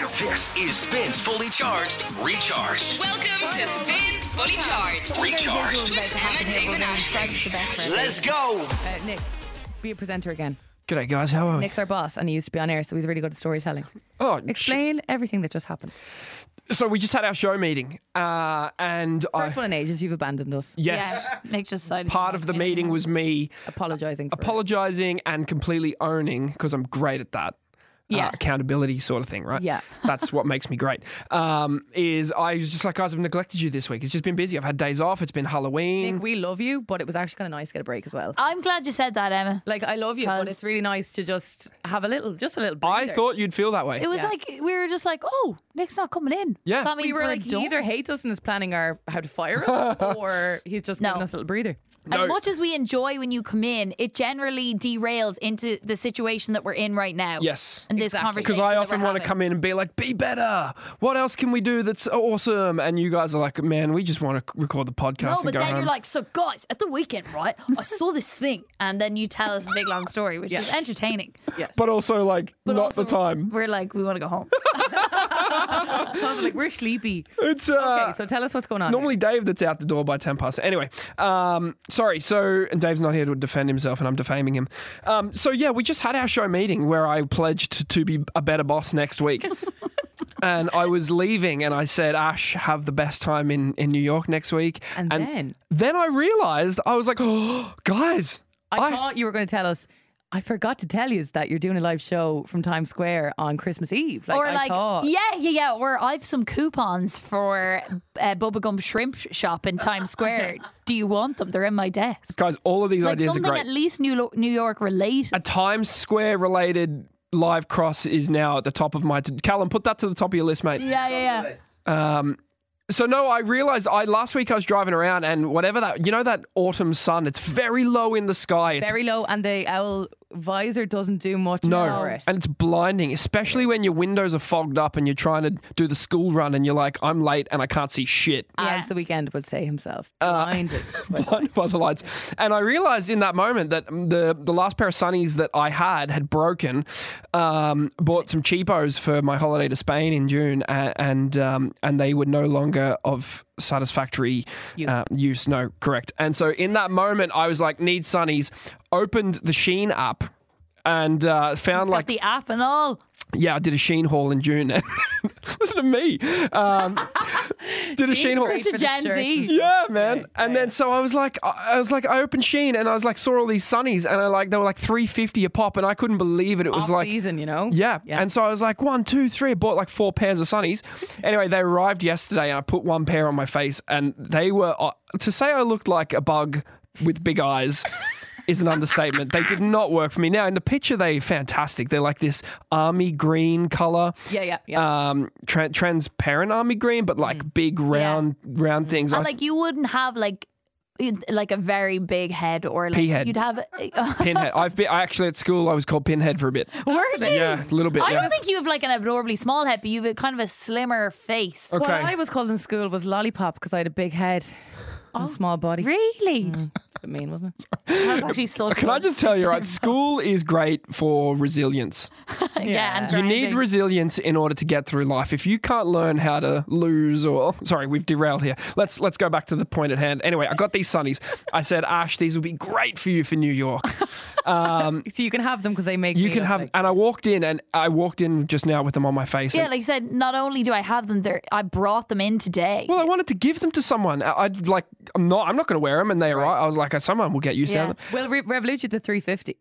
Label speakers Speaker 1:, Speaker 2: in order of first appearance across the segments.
Speaker 1: This is Spins Fully Charged, Recharged,
Speaker 2: Welcome to Spins Fully Charged.
Speaker 1: Recharged.
Speaker 2: With Emma Damon Ashley.
Speaker 1: Let's go.
Speaker 3: Uh, Nick, be a presenter again.
Speaker 4: G'day, guys. How are we?
Speaker 3: Nick's our boss, and he used to be on air, so he's really good at storytelling.
Speaker 4: Oh,
Speaker 3: Explain everything that just happened.
Speaker 4: sh- so we just had our show meeting, uh, and
Speaker 3: First
Speaker 4: I,
Speaker 3: one in ages, you've abandoned us.
Speaker 4: yes,
Speaker 5: Yeah, Nick just decided.
Speaker 4: part of the meeting was me
Speaker 3: Apologising. for it.
Speaker 4: apologizing and completely owning because I'm great at that. uh,
Speaker 5: Yeah.
Speaker 4: accountability sort of thing, right?
Speaker 3: Yeah.
Speaker 4: That's what makes me great. Um, is I was just like, guys, I've neglected you this week. It's just been busy. I've had days off. It's been Halloween.
Speaker 3: Nick, we love you, but it was actually kind of nice to get a break as well.
Speaker 5: I'm glad you said that, Emma.
Speaker 3: Like I love you, but
Speaker 5: 'Cause-
Speaker 3: it's really nice to just have a little, just a little.
Speaker 4: I
Speaker 3: breather.
Speaker 4: thought you'd feel that way.
Speaker 5: It was
Speaker 3: Yeah.
Speaker 5: like we were just like, oh, Nick's not coming in.
Speaker 4: Yeah.
Speaker 5: so that means
Speaker 3: we were
Speaker 5: are
Speaker 3: like, he
Speaker 5: done.
Speaker 3: either hates us and is planning our how to fire us, or he's just
Speaker 5: No.
Speaker 3: giving us a little breather.
Speaker 4: No.
Speaker 5: As much as we enjoy when you come in, it generally derails into the situation that we're in right now.
Speaker 4: Yes.
Speaker 5: and this
Speaker 3: Exactly.
Speaker 5: conversation.
Speaker 4: because I often want to come in and be like, be better. What else can we do that's awesome? And you guys are like, man, we just want to record the podcast
Speaker 5: No,
Speaker 4: and
Speaker 5: but
Speaker 4: go
Speaker 5: then
Speaker 4: home.
Speaker 5: you're like, so guys, at the weekend, right? I saw this thing, and then you tell us a big long story, which is entertaining.
Speaker 4: but also like not the time.
Speaker 5: We're like, we want to go home.
Speaker 3: Because, like we're sleepy.
Speaker 4: It's uh,
Speaker 3: Okay, so tell us what's going on.
Speaker 4: normally Dave that's out the door by ten past. Anyway, um, sorry. So and Dave's not here to defend himself, and I'm defaming him. Um, so yeah, we just had our show meeting where I pledged to be a better boss next week. And I was leaving, and I said, "Ash, have the best time in, in New York next week."
Speaker 3: And then?
Speaker 4: then I realized I was like, "Oh, guys,
Speaker 3: I, thought you were going to tell us. I forgot to tell you that you're doing a live show from Times Square on Christmas Eve. Like,
Speaker 5: or
Speaker 3: I
Speaker 5: like,
Speaker 3: thought.
Speaker 5: yeah, yeah, yeah. Or I've some coupons for uh, Bubba Gum Shrimp Shop in Times Square. Do you want them? They're in my desk.
Speaker 4: guys, all of these
Speaker 5: Like
Speaker 4: ideas are
Speaker 5: something
Speaker 4: great."
Speaker 5: at least New, Lo- New York related.
Speaker 4: a Times Square related live cross is now at the top of my. T- Callum, put that to the top of your list, mate.
Speaker 5: yeah, yeah, yeah.
Speaker 4: So no, I realized I last week I was driving around and whatever that you know that autumn sun, it's very low in the sky. It's
Speaker 3: very low, and the owl visor doesn't do much.
Speaker 4: no,
Speaker 3: for it.
Speaker 4: and it's blinding, especially when your windows are fogged up and you're trying to do the school run and you're like, I'm late and I can't see shit.
Speaker 3: as
Speaker 5: Yeah.
Speaker 3: the weekend would say himself,
Speaker 4: Uh,
Speaker 3: blinded. by-
Speaker 4: Blinded by the lights. And I realized in that moment that the the last pair of sunnies that I had had broken. Um, bought some cheapos for my holiday to Spain in June, and and, um, and they were no longer of satisfactory uh, use. No, correct. And so in that moment, I was like, need sunnies. Opened the Sheen app. And uh, found
Speaker 5: Got
Speaker 4: like
Speaker 5: the app and all.
Speaker 4: yeah, I did a Sheen haul in June. Listen to me, um, did a Sheen haul.
Speaker 3: great
Speaker 5: Such
Speaker 3: for
Speaker 5: a
Speaker 3: the
Speaker 5: Gen
Speaker 3: shirts
Speaker 5: Z.
Speaker 3: and-
Speaker 4: Yeah, man. and then so I was like, I I was like, I opened Sheen and I was like, saw all these sunnies and I like they were like three fifty a pop and I couldn't believe it. It was
Speaker 3: Off
Speaker 4: like.
Speaker 3: season, you know.
Speaker 4: Yeah. and so I was like one, two, three. I bought like four pairs of sunnies. Anyway, they arrived yesterday, and I put one pair on my face, and they were uh, to say I looked like a bug with big eyes is an understatement. They did not work for me. Now in the picture, they fantastic. They're like this army green color
Speaker 3: yeah, Mm. yeah, yeah.
Speaker 4: um tra- transparent army green but like big round round
Speaker 3: Mm.
Speaker 4: things
Speaker 5: And
Speaker 4: I-
Speaker 5: like you wouldn't have like you'd- like a very big head or like
Speaker 4: Pea head.
Speaker 5: you'd have. Uh,
Speaker 4: pinhead i've been I actually at school i was called pinhead for a bit yeah a little bit
Speaker 5: I
Speaker 4: yeah.
Speaker 5: don't think you have like an abnormally small head, but you have a kind of a slimmer face.
Speaker 4: Okay.
Speaker 3: What I was called in school was lollipop because I had a big head, and a small body.
Speaker 5: Oh, Really?
Speaker 3: I mean, wasn't it?
Speaker 5: That's actually so.
Speaker 4: Mm. can i just tell you right school is great for resilience
Speaker 5: yeah? and
Speaker 4: you need
Speaker 5: grinding.
Speaker 4: resilience in order to get through life if you can't learn how to lose or sorry we've derailed here let's let's go back to the point at hand anyway i got these sunnies i said ash these will be great for you for new york
Speaker 3: So you can have them because they make
Speaker 4: you
Speaker 3: me
Speaker 4: can
Speaker 3: look
Speaker 4: have
Speaker 3: like-
Speaker 4: and i walked in and i walked in just now with them on my face
Speaker 5: Yeah,
Speaker 4: and-
Speaker 5: like you said, not only do I have them there, I brought them in today.
Speaker 4: Well, I wanted to give them to someone. I, I'd like. I'm not. I'm not going to wear them, and they arrived. I was like, someone will get used
Speaker 5: Yeah.
Speaker 4: to them.
Speaker 3: Well, Re- Revolution the 350.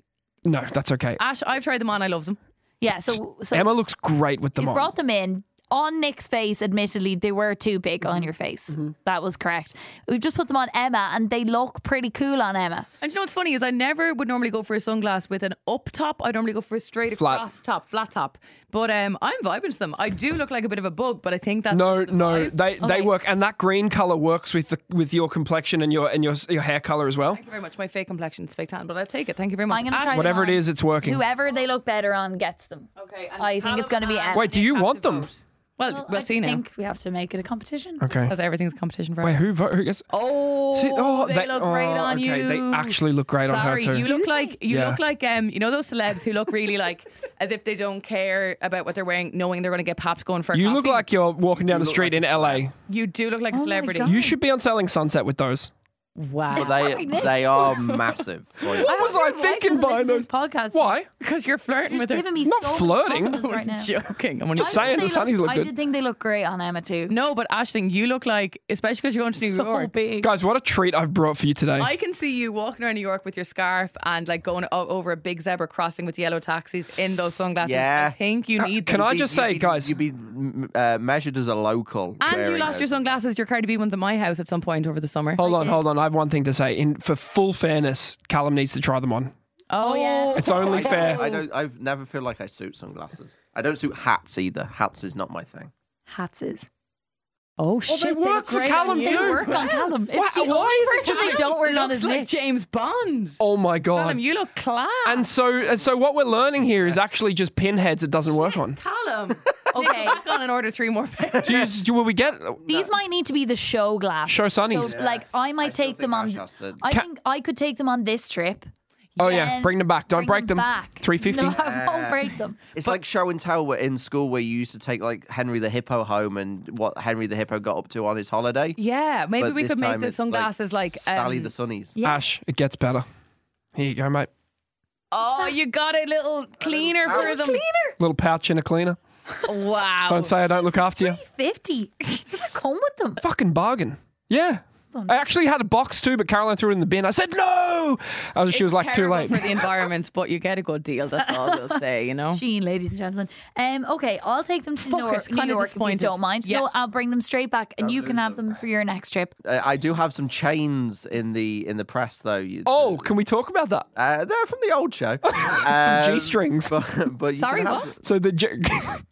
Speaker 4: No, that's okay.
Speaker 3: Ash, I've tried them on. I love them.
Speaker 5: yeah, so so
Speaker 4: Emma looks great with them
Speaker 5: He's
Speaker 4: on.
Speaker 5: brought them in on Nick's face. Admittedly, they were too big
Speaker 4: Mm-hmm.
Speaker 5: on your face. That was correct. We've just put them on Emma, and they look pretty cool on Emma.
Speaker 3: And you know what's funny is I never would normally go for a sunglass with an up top. I normally go for a straight
Speaker 4: Flat.
Speaker 3: across top, flat top. But um, I'm vibing to them. I do look like a bit of a bug, but I think that's
Speaker 4: no,
Speaker 3: just the
Speaker 4: no,
Speaker 3: vibe.
Speaker 4: they they
Speaker 5: Okay.
Speaker 4: work, and that green color works with the with your complexion and your and your your hair color as well.
Speaker 3: Thank you very much. My fake complexion is fake tan, but I'll take it. Thank you very much.
Speaker 5: I'm gonna
Speaker 3: Ash-
Speaker 5: try-
Speaker 4: Whatever it
Speaker 5: on.
Speaker 4: is, it's working.
Speaker 5: Whoever they look better on gets them.
Speaker 3: Okay, and
Speaker 5: I think it's
Speaker 3: Callum
Speaker 5: gonna be
Speaker 3: and
Speaker 5: Emma.
Speaker 4: Wait, do
Speaker 3: Nick
Speaker 4: you
Speaker 3: have
Speaker 4: want
Speaker 3: to
Speaker 4: them?
Speaker 3: vote. Well,
Speaker 5: Well,
Speaker 3: well,
Speaker 5: I
Speaker 3: see
Speaker 5: just
Speaker 3: now.
Speaker 5: think we have to make it a competition.
Speaker 4: Okay.
Speaker 3: Because everything's a competition for
Speaker 4: Wait,
Speaker 3: us.
Speaker 4: who vote? Who gets?
Speaker 3: Oh,
Speaker 4: See-
Speaker 3: they, look
Speaker 4: oh,
Speaker 3: great on
Speaker 4: okay,
Speaker 3: you.
Speaker 4: They actually look great
Speaker 3: Sorry,
Speaker 4: on her
Speaker 3: you
Speaker 4: too.
Speaker 3: look like you
Speaker 4: Yeah.
Speaker 3: look like um, you know those celebs who look really like as if they don't care about what they're wearing, knowing they're going to get popped going for. A
Speaker 4: You
Speaker 3: coffee.
Speaker 4: look like you're walking down the
Speaker 1: look
Speaker 4: street
Speaker 1: like
Speaker 4: in
Speaker 1: a
Speaker 4: LA.
Speaker 3: you do look like a
Speaker 5: Oh my
Speaker 3: celebrity.
Speaker 5: God.
Speaker 4: You should be on Selling Sunset with those.
Speaker 3: Wow,
Speaker 6: They they are massive. Like,
Speaker 5: I was
Speaker 4: like, thinking behind
Speaker 5: this podcast.
Speaker 4: Why?
Speaker 3: because you're flirting
Speaker 5: You're
Speaker 3: with
Speaker 5: just
Speaker 3: her.
Speaker 5: giving me
Speaker 4: Not
Speaker 5: so much
Speaker 4: flirting.
Speaker 5: confidence right now.
Speaker 3: Joking. I'm only
Speaker 5: I
Speaker 4: Just saying the
Speaker 5: did think they
Speaker 4: sunnies look
Speaker 5: I
Speaker 4: good.
Speaker 5: did think they look great on Emma too.
Speaker 3: No, but Ashling, you look like, especially because you're going to New
Speaker 5: so
Speaker 3: York.
Speaker 5: big.
Speaker 4: Guys, what a treat I've brought for you today.
Speaker 3: I can see you walking around New York with your scarf and like going o- over a big zebra crossing with yellow taxis in those sunglasses.
Speaker 6: Yeah.
Speaker 3: I think you need
Speaker 4: Can
Speaker 3: them.
Speaker 4: I
Speaker 6: you'd
Speaker 4: just
Speaker 6: be-
Speaker 4: say,
Speaker 6: you'd be-
Speaker 4: guys-
Speaker 6: you'd be mm, uh, measured as a local.
Speaker 3: And you
Speaker 6: wearing
Speaker 3: lost your
Speaker 6: those.
Speaker 3: sunglasses, your Cardi B ones at my house at some point over the summer.
Speaker 4: hold on, hold on. I have one thing to say. In for full fairness, Callum needs to try them on.
Speaker 3: Oh,
Speaker 5: yeah.
Speaker 4: It's only fair.
Speaker 6: I don't. I never feel like I suit sunglasses. I don't suit hats either. Hats is not my thing.
Speaker 5: Hats is.
Speaker 3: Oh shit!
Speaker 4: they work
Speaker 3: look
Speaker 4: for
Speaker 3: great
Speaker 4: Callum
Speaker 3: on you.
Speaker 4: too.
Speaker 3: They
Speaker 5: Work
Speaker 3: work.
Speaker 5: on Callum. It's
Speaker 4: Why-
Speaker 5: the
Speaker 4: why
Speaker 5: only
Speaker 4: is it
Speaker 5: person
Speaker 4: just
Speaker 5: they
Speaker 4: like-
Speaker 5: don't work on
Speaker 3: Looks
Speaker 5: his
Speaker 3: like
Speaker 5: lips.
Speaker 3: James Bond.
Speaker 4: Oh my god.
Speaker 3: Callum, you look class.
Speaker 4: and so, and so what we're learning here is actually just pinheads. It doesn't work on.
Speaker 3: Callum.
Speaker 5: Okay.
Speaker 3: Back on and order three more pairs.
Speaker 4: Do you, do, will we get? oh
Speaker 5: These might need to be the show glasses.
Speaker 4: Show sunnies.
Speaker 5: So, Like I might
Speaker 6: still think
Speaker 5: take them on.
Speaker 6: Ash has to-
Speaker 5: I
Speaker 4: Ca-
Speaker 5: think I could take them on this trip.
Speaker 4: Oh yeah,
Speaker 5: Then
Speaker 4: bring them back. Don't break them.
Speaker 5: back.
Speaker 4: Three fifty.
Speaker 5: No, I won't break them.
Speaker 6: It's like show and tell. Where in school, where you used to take like Henry the hippo home and what Henry the hippo got up to on his holiday.
Speaker 3: Yeah, maybe
Speaker 6: But
Speaker 3: we
Speaker 6: this
Speaker 3: could make
Speaker 6: time
Speaker 3: the
Speaker 6: it's like
Speaker 3: sunglasses like,
Speaker 6: Sally
Speaker 3: um,
Speaker 6: the Sunnies.
Speaker 4: Ash, it gets better. Here you go, mate.
Speaker 3: Oh, you got a little cleaner for them.
Speaker 4: Little pouch and a cleaner.
Speaker 3: Wow.
Speaker 4: Don't say I don't look after you.
Speaker 5: Fifty. Did I come with them?
Speaker 4: Fucking bargain. Yeah. I actually had a box too, but Caroline threw it in the bin. I said no. I was, she was like, too
Speaker 3: terrible
Speaker 4: late.
Speaker 3: for the environment, but you get a good deal. That's all they'll say, you know.
Speaker 5: Sheen, ladies and gentlemen. Um, okay, I'll take them to
Speaker 3: Fuckers,
Speaker 5: Nor-
Speaker 3: kinda
Speaker 5: New York if you
Speaker 3: disappointed.
Speaker 5: don't mind.
Speaker 3: Yes.
Speaker 5: No, I'll bring them straight back, and you can have them for your next trip.
Speaker 6: Uh, I do have some chains in the in the press though. You,
Speaker 4: Oh, can we talk about that?
Speaker 6: uh, they're from the old show.
Speaker 4: Some
Speaker 6: Um,
Speaker 4: G-strings.
Speaker 6: But, but you
Speaker 3: Sorry,
Speaker 6: can have
Speaker 3: what?
Speaker 4: So the G-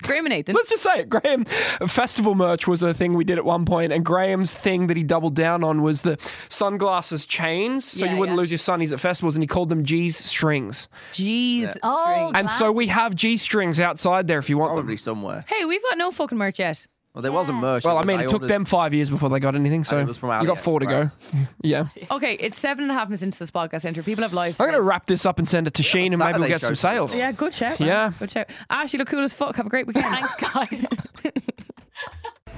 Speaker 3: Graham and Nathan.
Speaker 4: let's just say it, Graham. Festival merch was a thing we did at one point, and Graham's thing that he doubled down on was the sunglasses chains, so
Speaker 3: Yeah,
Speaker 4: you wouldn't
Speaker 3: yeah.
Speaker 4: lose your sunnies at festivals, and he called them G's strings.
Speaker 3: Jeez.
Speaker 5: Oh,
Speaker 3: string.
Speaker 4: And so we have G strings outside there if you want
Speaker 6: probably
Speaker 4: them.
Speaker 6: somewhere.
Speaker 3: Hey, we've got no fucking merch yet.
Speaker 6: Well, there was a merch.
Speaker 4: Well, I
Speaker 6: that was-
Speaker 4: mean, it took
Speaker 6: ordered-
Speaker 4: them five years before they got anything, so
Speaker 6: it was from
Speaker 4: you got four to go. yeah.
Speaker 3: Okay, it's seven and a half minutes into this podcast interview. People have lives.
Speaker 4: I'm going to
Speaker 3: today.
Speaker 4: wrap this up and send it to Sheen, and maybe we'll
Speaker 6: Saturday
Speaker 4: get some
Speaker 6: show tomorrow.
Speaker 4: sales.
Speaker 3: Yeah, good shout. man.
Speaker 4: Yeah.
Speaker 3: Good shout. Ash, you look cool as fuck. Have a great weekend. Thanks, guys.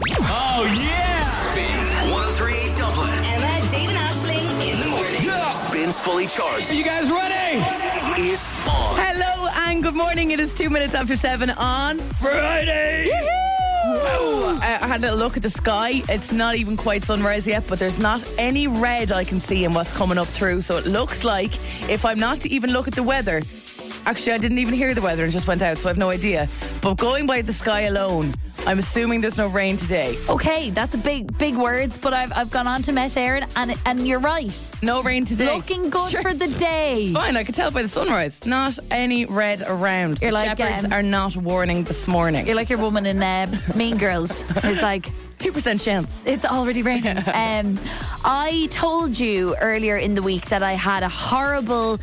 Speaker 1: Oh, yeah. Spin 1038 Dublin.
Speaker 2: Emma, Dave, and Ashling in the morning.
Speaker 1: Spins Fully Charged
Speaker 4: You guys ready?
Speaker 1: is on.
Speaker 3: Hello and good morning. It is two minutes after seven on Friday. Woo! Uh, I had a look at the sky. It's not even quite sunrise yet, but there's not any red I can see in what's coming up through. So it looks like if I'm not to even look at the weather, actually, I didn't even hear the weather and just went out, so I have no idea. But going by the sky alone, I'm assuming there's no rain today.
Speaker 5: Okay, that's a big, big words, but I've, I've gone on to Met Aaron, and and you're right.
Speaker 3: No rain today.
Speaker 5: Looking good
Speaker 3: Sure.
Speaker 5: for the day.
Speaker 3: Fine, I could tell by the sunrise. Not any red around.
Speaker 5: You're
Speaker 3: the
Speaker 5: like,
Speaker 3: shepherds
Speaker 5: um,
Speaker 3: are not warning this morning.
Speaker 5: You're like your woman in uh, Mean Girls. It's like
Speaker 3: Two percent chance.
Speaker 5: it's already raining. Um, I told you earlier in the week that I had a horrible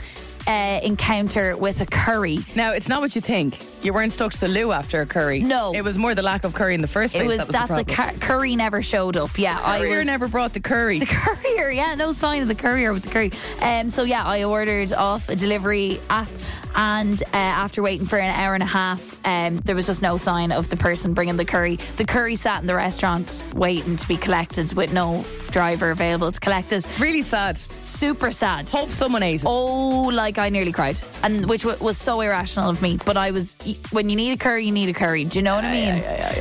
Speaker 5: uh, encounter with a curry.
Speaker 3: Now, it's not what you think. You weren't stuck to the loo after a curry.
Speaker 5: No.
Speaker 3: It was more the lack of curry in the first place.
Speaker 5: It was
Speaker 3: that was
Speaker 5: that
Speaker 3: the,
Speaker 5: the,
Speaker 3: problem.
Speaker 5: cu- curry never showed up. Yeah, I
Speaker 3: Courier
Speaker 5: was
Speaker 3: never brought the curry.
Speaker 5: courier. Yeah, no sign of the courier with the curry. Um, so yeah, I ordered off a delivery app, and uh, after waiting for an hour and a half, um, there was just no sign of the person bringing the curry. The curry sat in the restaurant waiting to be collected with no driver available to collect it.
Speaker 3: really sad.
Speaker 5: Super sad.
Speaker 3: Hope someone ate it.
Speaker 5: Oh, like I nearly cried, and which wa- was so irrational of me. But I was when you need a curry, you need a curry. Do you know what I mean?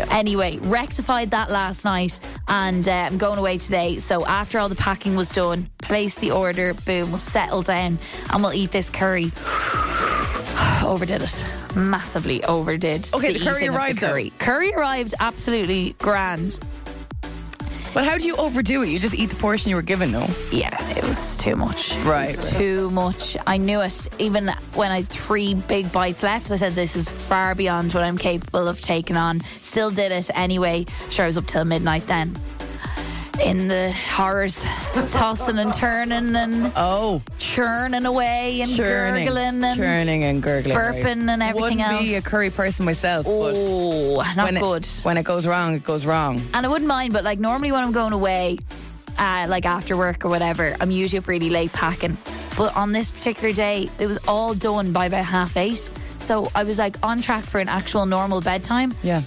Speaker 5: Anyway, rectified that last night, and uh, I'm going away today. So after all the packing was done, place the order. Boom, we'll settle down, and we'll eat this curry. Overdid it. Massively overdid.
Speaker 3: Okay, the curry
Speaker 5: eating of
Speaker 3: arrived, though.
Speaker 5: curry. curry arrived absolutely grand.
Speaker 3: But how do you overdo it? You just eat the portion you were given, no?
Speaker 5: Yeah, it was too much.
Speaker 3: Right,
Speaker 5: It was
Speaker 3: right.
Speaker 5: Too much. I knew it. Even when I had three big bites left, I said, this is far beyond what I'm capable of taking on. Still did it anyway. Sure, I was up till midnight then. in the horrors, tossing and turning and
Speaker 3: Oh,
Speaker 5: churning away and
Speaker 3: churning,
Speaker 5: gurgling and
Speaker 3: churning and gurgling, right.
Speaker 5: burping and everything
Speaker 3: Wouldn't be a
Speaker 5: else.
Speaker 3: curry person myself. but
Speaker 5: Oh, not
Speaker 3: when
Speaker 5: good.
Speaker 3: It, when it goes wrong, it goes wrong.
Speaker 5: and I wouldn't mind, but like normally when I'm going away, uh, like after work or whatever, I'm usually up really late packing. But on this particular day, it was all done by about half eight. So I was like on track for an actual normal bedtime.
Speaker 3: Yeah.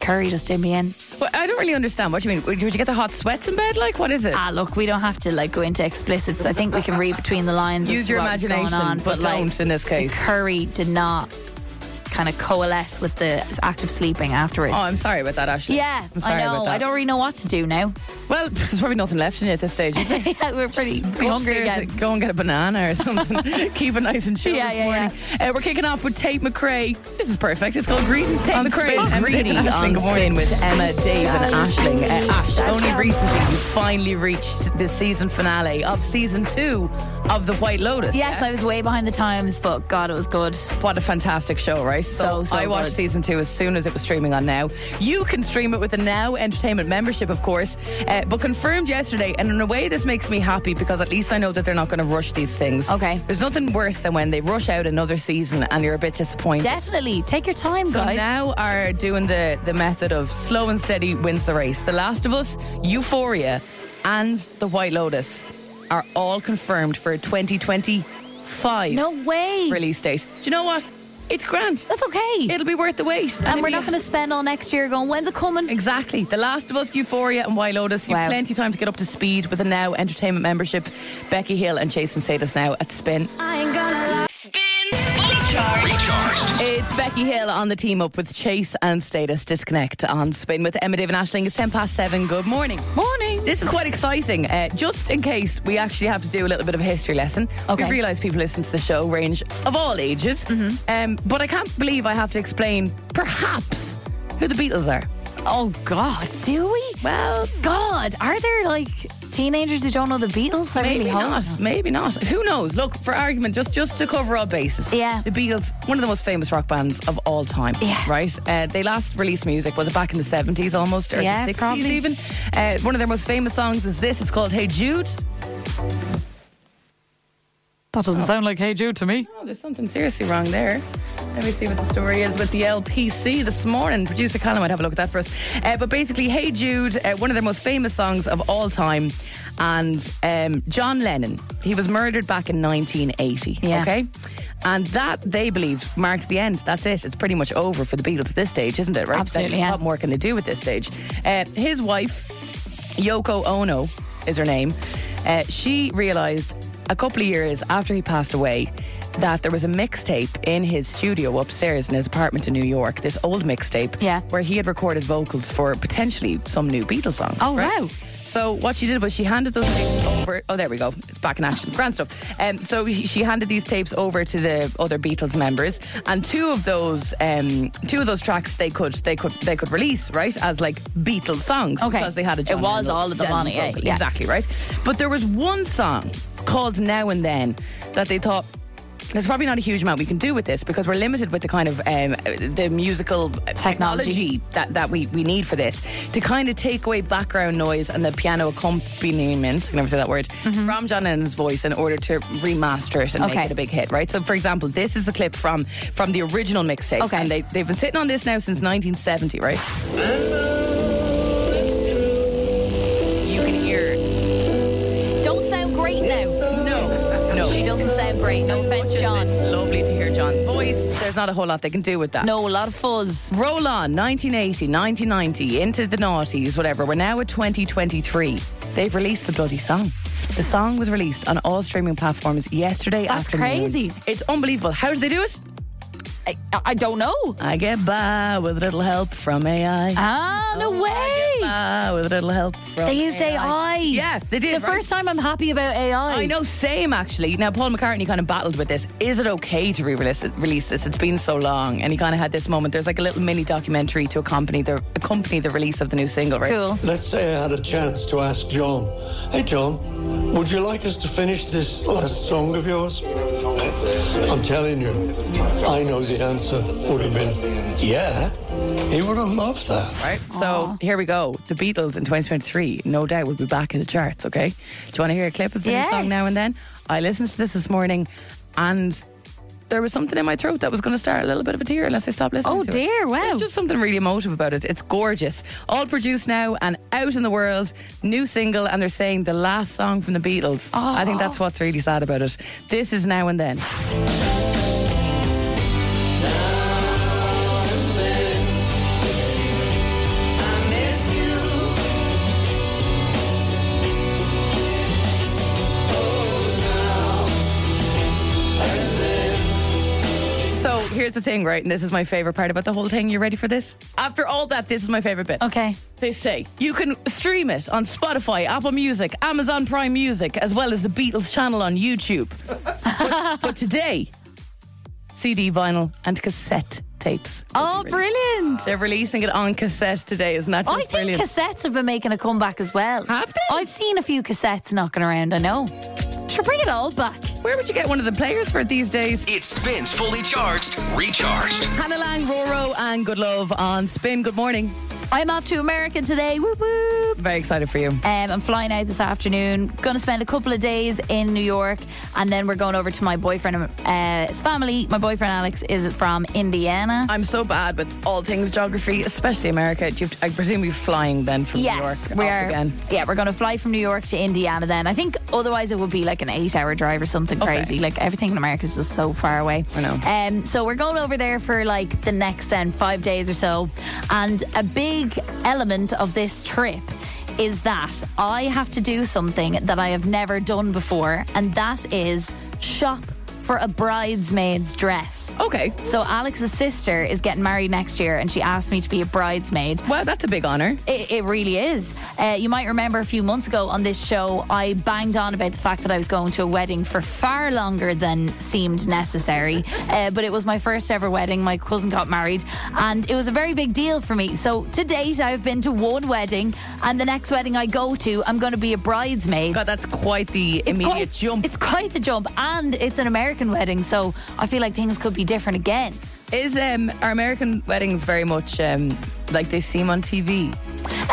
Speaker 5: Curry just did me in.
Speaker 3: Well, I don't really understand. What do you mean? Would you would you get the hot sweats in bed? Like, what is it?
Speaker 5: Ah, look, we don't have to like go into explicits. I think we can read between the lines. as
Speaker 3: Use
Speaker 5: to
Speaker 3: your
Speaker 5: what was
Speaker 3: imagination,
Speaker 5: going on,
Speaker 3: but
Speaker 5: like,
Speaker 3: don't in this case.
Speaker 5: Curry did not kind of coalesce with the act of sleeping afterwards.
Speaker 3: Oh, I'm sorry about that, Ashley.
Speaker 5: yeah,
Speaker 3: I'm sorry
Speaker 5: I know.
Speaker 3: About that.
Speaker 5: I don't really know what to do now.
Speaker 3: Well, there's probably nothing left in you at this stage. is there?
Speaker 5: yeah, we're pretty, pretty
Speaker 3: Go
Speaker 5: hungry
Speaker 3: upstairs,
Speaker 5: again.
Speaker 3: Go and get a banana or something. Keep it nice and chill
Speaker 5: Yeah,
Speaker 3: this
Speaker 5: yeah,
Speaker 3: morning. Uh, we're kicking off with Tate McRae. This is perfect. It's called Greedy. Tate
Speaker 7: On
Speaker 3: McRae.
Speaker 7: Spin.
Speaker 3: and
Speaker 7: Greedy
Speaker 3: Emma
Speaker 7: on
Speaker 3: Ashling. Good morning with Emma, Dave, and Ashling. Uh, Ash, only recently you finally reached the season finale of season two of The White Lotus.
Speaker 5: Yes, I was way behind the times, but God, it was good.
Speaker 3: What a fantastic show, right?
Speaker 5: So, so
Speaker 3: I watched
Speaker 5: good.
Speaker 3: season two as soon as it was streaming on Now. You can stream it with a Now Entertainment membership, of course, uh, but confirmed yesterday. And in a way, this makes me happy because at least I know that they're not going to rush these things.
Speaker 5: Okay.
Speaker 3: There's nothing worse than when they rush out another season and you're a bit disappointed.
Speaker 5: Definitely take your time,
Speaker 3: So
Speaker 5: guys.
Speaker 3: now are doing the, the method of slow and steady wins the race. The Last of Us, Euphoria, and The White Lotus are all confirmed for a 2025
Speaker 5: no way.
Speaker 3: release date. Do you know what? It's grand.
Speaker 5: That's okay.
Speaker 3: It'll be worth the wait.
Speaker 5: and
Speaker 3: if
Speaker 5: we're
Speaker 3: you-
Speaker 5: not going to spend all next year going, when's it coming?
Speaker 3: Exactly. The Last of Us, Euphoria, and Why Lotus. You've
Speaker 5: Wow.
Speaker 3: plenty of time to get up to speed with a now entertainment membership. Becky Hill and Jason Sadus now at Spin.
Speaker 2: Spins Fully Charged.
Speaker 1: Recharged.
Speaker 3: It's Becky Hill on the team up with Chase and Status Disconnect on Spin with Emma David Ashling. It's 10 past 7. Good morning. Morning. This is quite exciting. Uh, just in case we actually have to do a little bit of a history lesson.
Speaker 5: Okay.
Speaker 3: We've realised people listen to the show range of all ages. Um, but I can't believe I have to explain, perhaps, who the Beatles are.
Speaker 5: Oh, God, do we?
Speaker 3: Well,
Speaker 5: God, are there like teenagers who don't know the Beatles? I
Speaker 3: Maybe
Speaker 5: really hope
Speaker 3: not. Maybe not. Who knows? Look, for argument, just just to cover all bases.
Speaker 5: Yeah.
Speaker 3: The Beatles, one of the most famous rock bands of all time.
Speaker 5: Yeah.
Speaker 3: Right. Uh, they last released music was it back in the seventies, almost or
Speaker 5: Yeah,
Speaker 3: the sixties
Speaker 5: probably.
Speaker 3: even. Uh, one of their most famous songs is this. It's called Hey Jude.
Speaker 5: That doesn't sound like Hey Jude to me.
Speaker 3: Oh, there's something seriously wrong there. Let me see what the story is with the LPC this morning. Producer Colin might have a look at that for us. Uh, but basically, Hey Jude, uh, one of their most famous songs of all time. And um, John Lennon, he was murdered back in 1980.
Speaker 5: Yeah.
Speaker 3: Okay? And that, they believed, marks the end. That's it. It's pretty much over for the Beatles at this stage, isn't it? Right?
Speaker 5: Absolutely,
Speaker 3: Like,
Speaker 5: yeah.
Speaker 3: What more can they do at this stage? Uh, his wife, Yoko Ono is her name. Uh, she realised a couple of years after he passed away that there was a mixtape in his studio upstairs in his apartment in New York, this old mixtape,
Speaker 5: Yeah.
Speaker 3: where he had recorded vocals for potentially some new Beatles song.
Speaker 5: Oh, wow.
Speaker 3: So what she did was she handed those tapes over. Oh, there we go. It's back in action. Grand stuff. Um, so she she handed these tapes over to the other Beatles members, and two of those, um, two of those tracks they could they could they could release right as like Beatles songs
Speaker 5: Okay.
Speaker 3: because they had a
Speaker 5: It
Speaker 3: John
Speaker 5: was
Speaker 3: Lennon-
Speaker 5: all of them
Speaker 3: Lennon
Speaker 5: on it, yeah,
Speaker 3: vocal.
Speaker 5: yeah.
Speaker 3: Exactly right. But there was one song called Now and Then that they thought. There's probably not a huge amount we can do with this because we're limited with the kind of um, the musical technology that, that we, we need for this to kind of take away background noise and the piano accompaniment. I can never say that word from John Lennon's voice in order to remaster it and
Speaker 5: Mm-hmm. Okay.
Speaker 3: make it a big hit, right? So, for example, this is the clip from from the original mixtape,
Speaker 5: Okay.
Speaker 3: and they, they've been sitting on this now since 1970, right? You can hear
Speaker 5: Don't sound great now.
Speaker 3: no, no.
Speaker 5: She doesn't sound great. No offense, John.
Speaker 3: It's lovely to hear John's voice. There's not a whole lot they can do with that.
Speaker 5: No, a lot of fuzz.
Speaker 3: Roll on 1980, 1990, into the noughties, whatever. We're now at 2023. They've released the bloody song. The song was released on all streaming platforms yesterday
Speaker 5: That's
Speaker 3: afternoon.
Speaker 5: crazy.
Speaker 3: It's unbelievable. How did they do it?
Speaker 5: I, I don't know.
Speaker 3: I get by with a little help from AI.
Speaker 5: Ah,
Speaker 3: Oh,
Speaker 5: no way.
Speaker 3: Ah, with a little help from
Speaker 5: They used AI.
Speaker 3: Yeah, they did.
Speaker 5: The
Speaker 3: right?
Speaker 5: first time I'm happy about AI.
Speaker 3: I know, same actually. Now, Paul McCartney kind of battled with this. Is it okay to re-release it, release this? It's been so long, and he kind of had this moment. There's like a little mini documentary to accompany the accompany the release of the new single, right?
Speaker 5: Cool.
Speaker 8: Let's say I had a chance to ask John, hey John, would you like us to finish this last song of yours? I'm telling you, I know the answer would have been, yeah, He would have loved that.
Speaker 3: right? So here we go. The Beatles in 2023, no doubt, will be back in the charts, okay? Do you want to hear a clip of the
Speaker 5: Yes.
Speaker 3: new song now and then? I listened to this this morning and there was something in my throat that was going to start a little bit of a tear unless I stopped listening
Speaker 5: Oh,
Speaker 3: to it.
Speaker 5: dear, wow.
Speaker 3: There's just something really emotive about it. It's gorgeous. All produced now and out in the world. New single, and they're saying the last song from the Beatles. I think that's what's really sad about it. This is now and then. So here's the thing, right? And this is my favorite part about the whole thing. You ready for this? After all that, this is my favorite bit.
Speaker 5: Okay.
Speaker 3: They say you can stream it on Spotify, Apple Music, Amazon Prime Music, as well as the Beatles channel on YouTube. but, but today, CD, vinyl, and cassette tapes.
Speaker 5: Oh, brilliant.
Speaker 3: They're releasing it on cassette today. Isn't that just
Speaker 5: I think
Speaker 3: brilliant?
Speaker 5: cassettes have been making a comeback as well.
Speaker 3: Have they?
Speaker 5: I've seen a few cassettes knocking around, I know. Should bring it all back.
Speaker 3: Where would you get one of the players for it these days?
Speaker 1: It spins fully charged, recharged.
Speaker 3: Hannah Lang, Roro, and Good Love on Spin. Good morning.
Speaker 5: I'm off to America today. Whoop whoop.
Speaker 3: Very excited for you.
Speaker 5: Um, I'm flying out this afternoon. Going to spend a couple of days in New York, and then we're going over to my boyfriend, uh, his family. My boyfriend Alex is from Indiana.
Speaker 3: I'm so bad with all things geography, especially America. Do you, I presume you're flying then from New York
Speaker 5: Yes,
Speaker 3: off
Speaker 5: we are.
Speaker 3: again.
Speaker 5: Yeah, we're going to fly from New York to Indiana. Then I think otherwise it would be like an eight-hour drive or something crazy. Like everything in America is just so far away.
Speaker 3: I know.
Speaker 5: Um, so we're going over there for like the next then five days or so, and a big element of this trip is that I have to do something that I have never done before, and that is shop for a bridesmaid's dress.
Speaker 3: Okay.
Speaker 5: So Alex's sister is getting married next year, and she asked me to be a bridesmaid.
Speaker 3: Well, that's a big honor.
Speaker 5: It, it really is. Uh, you might remember a few months ago on this show, I banged on about the fact that I was going to a wedding for far longer than seemed necessary. uh, but it was my first ever wedding. My cousin got married, and it was a very big deal for me. So to date, I've been to one wedding, and the next wedding I go to, I'm going to be a bridesmaid.
Speaker 3: God, that's quite the
Speaker 5: It's
Speaker 3: immediate
Speaker 5: quite-
Speaker 3: jump.
Speaker 5: It's quite the jump, and it's an American wedding, so I feel like things could be different again.
Speaker 3: Is um, are American weddings very much um, like they seem on TV?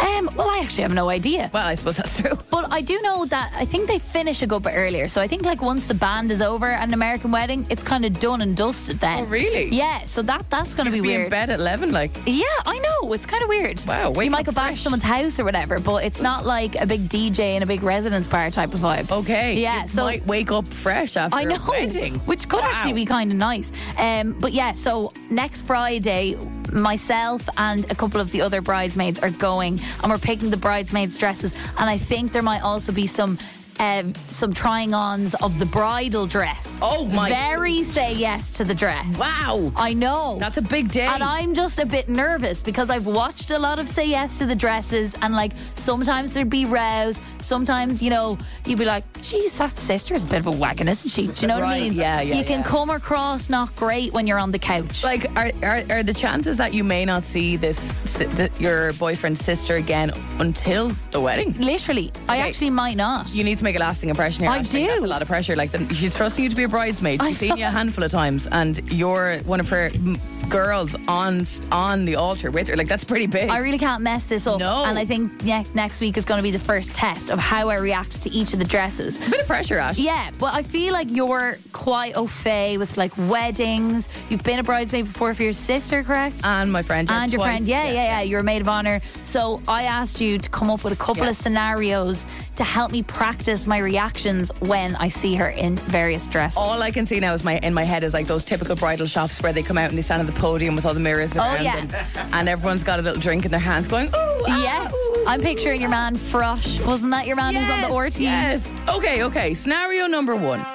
Speaker 5: Um, well, I actually have no idea.
Speaker 3: Well, I suppose that's true.
Speaker 5: But I do know that I think they finish a good bit earlier. So I think like once the band is over at an American wedding, it's kind of done and dusted then.
Speaker 3: Oh, really?
Speaker 5: Yeah. So that that's going to be
Speaker 3: Be in
Speaker 5: weird.
Speaker 3: bed at eleven, like
Speaker 5: Yeah, I know. It's kind of weird.
Speaker 3: Wow, wake
Speaker 5: You might
Speaker 3: up
Speaker 5: go back
Speaker 3: fresh.
Speaker 5: to someone's house or whatever, but it's not like a big DJ and a big residence bar type of vibe.
Speaker 3: okay,
Speaker 5: Yeah.
Speaker 3: you
Speaker 5: so
Speaker 3: might wake up fresh after
Speaker 5: I know,
Speaker 3: a wedding,
Speaker 5: which could
Speaker 3: Wow.
Speaker 5: actually be kind of nice. Um, but yeah, so next Friday, myself and a couple of the other bridesmaids are going, and we're picking the bridesmaids' dresses. And I think there might also be some. Um, some trying-ons of the bridal dress.
Speaker 3: Oh, my-
Speaker 5: Very say yes to the dress.
Speaker 3: Wow,
Speaker 5: I know.
Speaker 3: that's a big day.
Speaker 5: And I'm just a bit nervous because I've watched a lot of Say Yes to the Dresses, and like sometimes there'd be rows. Sometimes, you know, you'd be like, geez, that sister's a bit of a wagon, isn't she? Do you know what I
Speaker 3: Right,
Speaker 5: mean?
Speaker 3: yeah, yeah,
Speaker 5: You can
Speaker 3: yeah.
Speaker 5: come across not great when you're on the couch.
Speaker 3: like, are, are are the chances that you may not see this si- th- your boyfriend's sister again until the wedding?
Speaker 5: Literally, I
Speaker 3: Okay.
Speaker 5: actually might not.
Speaker 3: You need to make a lasting impression here.
Speaker 5: I
Speaker 3: Ashley.
Speaker 5: do.
Speaker 3: That's a lot of pressure. Like the, she's trusting you to be a bridesmaid. She's seen you a handful of times, and you're one of her m- girls on s- on the altar with her. Like that's pretty big.
Speaker 5: I really can't mess this up.
Speaker 3: No.
Speaker 5: And I think ne- next week is going to be the first test of how I react to each of the dresses.
Speaker 3: bit of pressure, Ash.
Speaker 5: Yeah, but I feel like you're quite au fait with like weddings. You've been a bridesmaid before for your sister, correct?
Speaker 3: And my friend. yeah,
Speaker 5: and your
Speaker 3: twice.
Speaker 5: friend. Yeah, yeah, yeah, You're a maid of honor. So I asked you to come up with a couple
Speaker 3: Yeah.
Speaker 5: of scenarios to help me practice my reactions when I see her in various dresses.
Speaker 3: All I can see now is my in my head is like those typical bridal shops where they come out and they stand on the podium with all the mirrors around
Speaker 5: Oh, yeah.
Speaker 3: them, and everyone's got a little drink in their hands, going, "Oh,
Speaker 5: yes, I'm picturing your man Frosh. Wasn't that your man who's on the OR team?
Speaker 3: Yes. Okay. Okay. Scenario number one.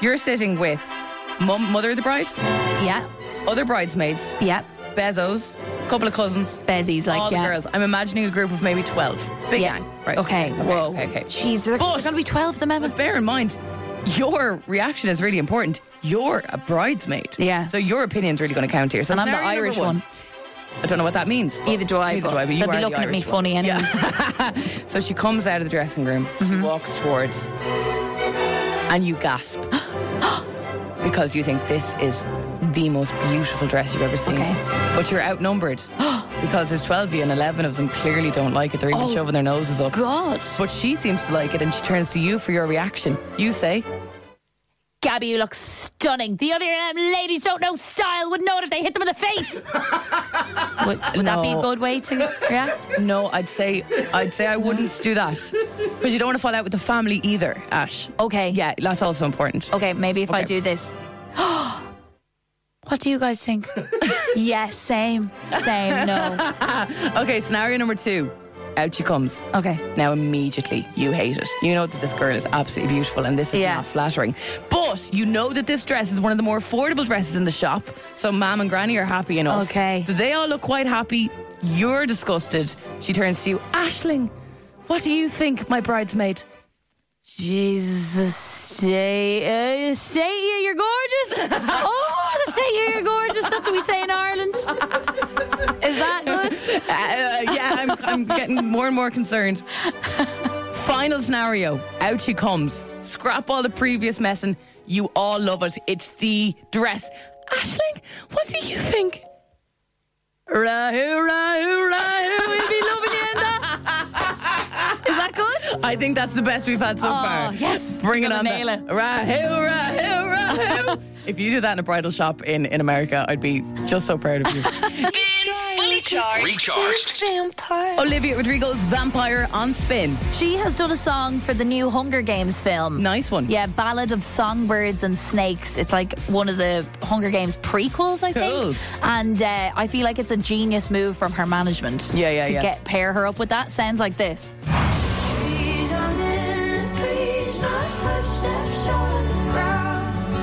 Speaker 3: You're sitting with mum, mother of the bride,
Speaker 5: Yeah,
Speaker 3: other bridesmaids,
Speaker 5: yeah.
Speaker 3: Bezos, couple of cousins,
Speaker 5: Bezzy's like
Speaker 3: all the
Speaker 5: yeah.
Speaker 3: girls. I'm imagining a group of maybe 12. Big
Speaker 5: Yeah.
Speaker 3: gang. Right.
Speaker 5: Okay. Whoa.
Speaker 3: Okay. okay.
Speaker 5: Jeez, there's
Speaker 3: But-
Speaker 5: going to be twelve of them, Emma.
Speaker 3: But bear in mind, your reaction is really important. You're a bridesmaid.
Speaker 5: Yeah.
Speaker 3: So your opinion's really going to count here. So
Speaker 5: And I'm the
Speaker 3: scenario number
Speaker 5: Irish one.
Speaker 3: I don't know what that means. but-
Speaker 5: Either do I.
Speaker 3: Neither
Speaker 5: but
Speaker 3: do I, but you
Speaker 5: they'll
Speaker 3: are
Speaker 5: be
Speaker 3: the
Speaker 5: looking at me
Speaker 3: Irish one.
Speaker 5: funny anyway. Mm-hmm.
Speaker 3: So she comes out of the dressing room, she walks towards, and you gasp because you think this is the most beautiful dress you've ever seen.
Speaker 5: Okay.
Speaker 3: But you're outnumbered because there's 12 of you and 11 of them clearly don't like it. They're even shoving their noses up.
Speaker 5: Oh, God.
Speaker 3: But she seems to like it and she turns to you for your reaction. You say,
Speaker 5: Gabby, you look stunning. The other um, ladies don't know style, would know it if they hit them in the face. would would that be a
Speaker 3: No.
Speaker 5: good way to react?
Speaker 3: No, I'd say I'd say I wouldn't do that. Because you don't want to fall out with the family either, Ash.
Speaker 5: Okay.
Speaker 3: Yeah, that's also important.
Speaker 5: Okay, maybe if I
Speaker 3: Okay.
Speaker 5: do this. what do you guys think? yes, same. Same, no.
Speaker 3: Okay, scenario number two. Out she comes.
Speaker 5: Okay.
Speaker 3: Now immediately you hate it. You know that this girl is absolutely beautiful and this is
Speaker 5: Yeah.
Speaker 3: not flattering. But you know that this dress is one of the more affordable dresses in the shop. So mom and granny are happy enough.
Speaker 5: Okay.
Speaker 3: So they all look quite happy. You're disgusted. She turns to you, Ashling, what do you think, my bridesmaid?
Speaker 5: Jesus, say, uh, say you, you're gorgeous. oh, say you, you're gorgeous. That's what we say in Ireland. Is that good?
Speaker 3: Uh, yeah, I'm, I'm getting more and more concerned. Final scenario. Out she comes. Scrap all the previous messing. You all love it. It's the dress. Ashling, what do you think? Rahoo, rahoo, rahoo.
Speaker 5: We'll be loving you in that. Is that good?
Speaker 3: I think that's the best we've had so
Speaker 5: Oh,
Speaker 3: far.
Speaker 5: yes.
Speaker 3: Bring it
Speaker 5: You're
Speaker 3: on.
Speaker 5: gonna
Speaker 3: then.
Speaker 5: nail
Speaker 3: Rahoo, rahoo, rahoo. if you do that in a bridal shop in, in America, I'd be just so proud of you.
Speaker 2: Spins Fully Charged.
Speaker 1: Recharged.
Speaker 3: Olivia Rodrigo's Vampire on Spin.
Speaker 5: She has done a song for the new Hunger Games film.
Speaker 3: Nice one.
Speaker 5: Yeah, Ballad of Songbirds and Snakes. It's like one of the Hunger Games prequels, I think.
Speaker 3: Cool.
Speaker 5: And uh, I feel like it's a genius move from her management.
Speaker 3: Yeah, yeah,
Speaker 5: to
Speaker 3: yeah.
Speaker 5: get pair her up with that sounds like this.
Speaker 7: Breeze on the breeze, my footsteps on the ground.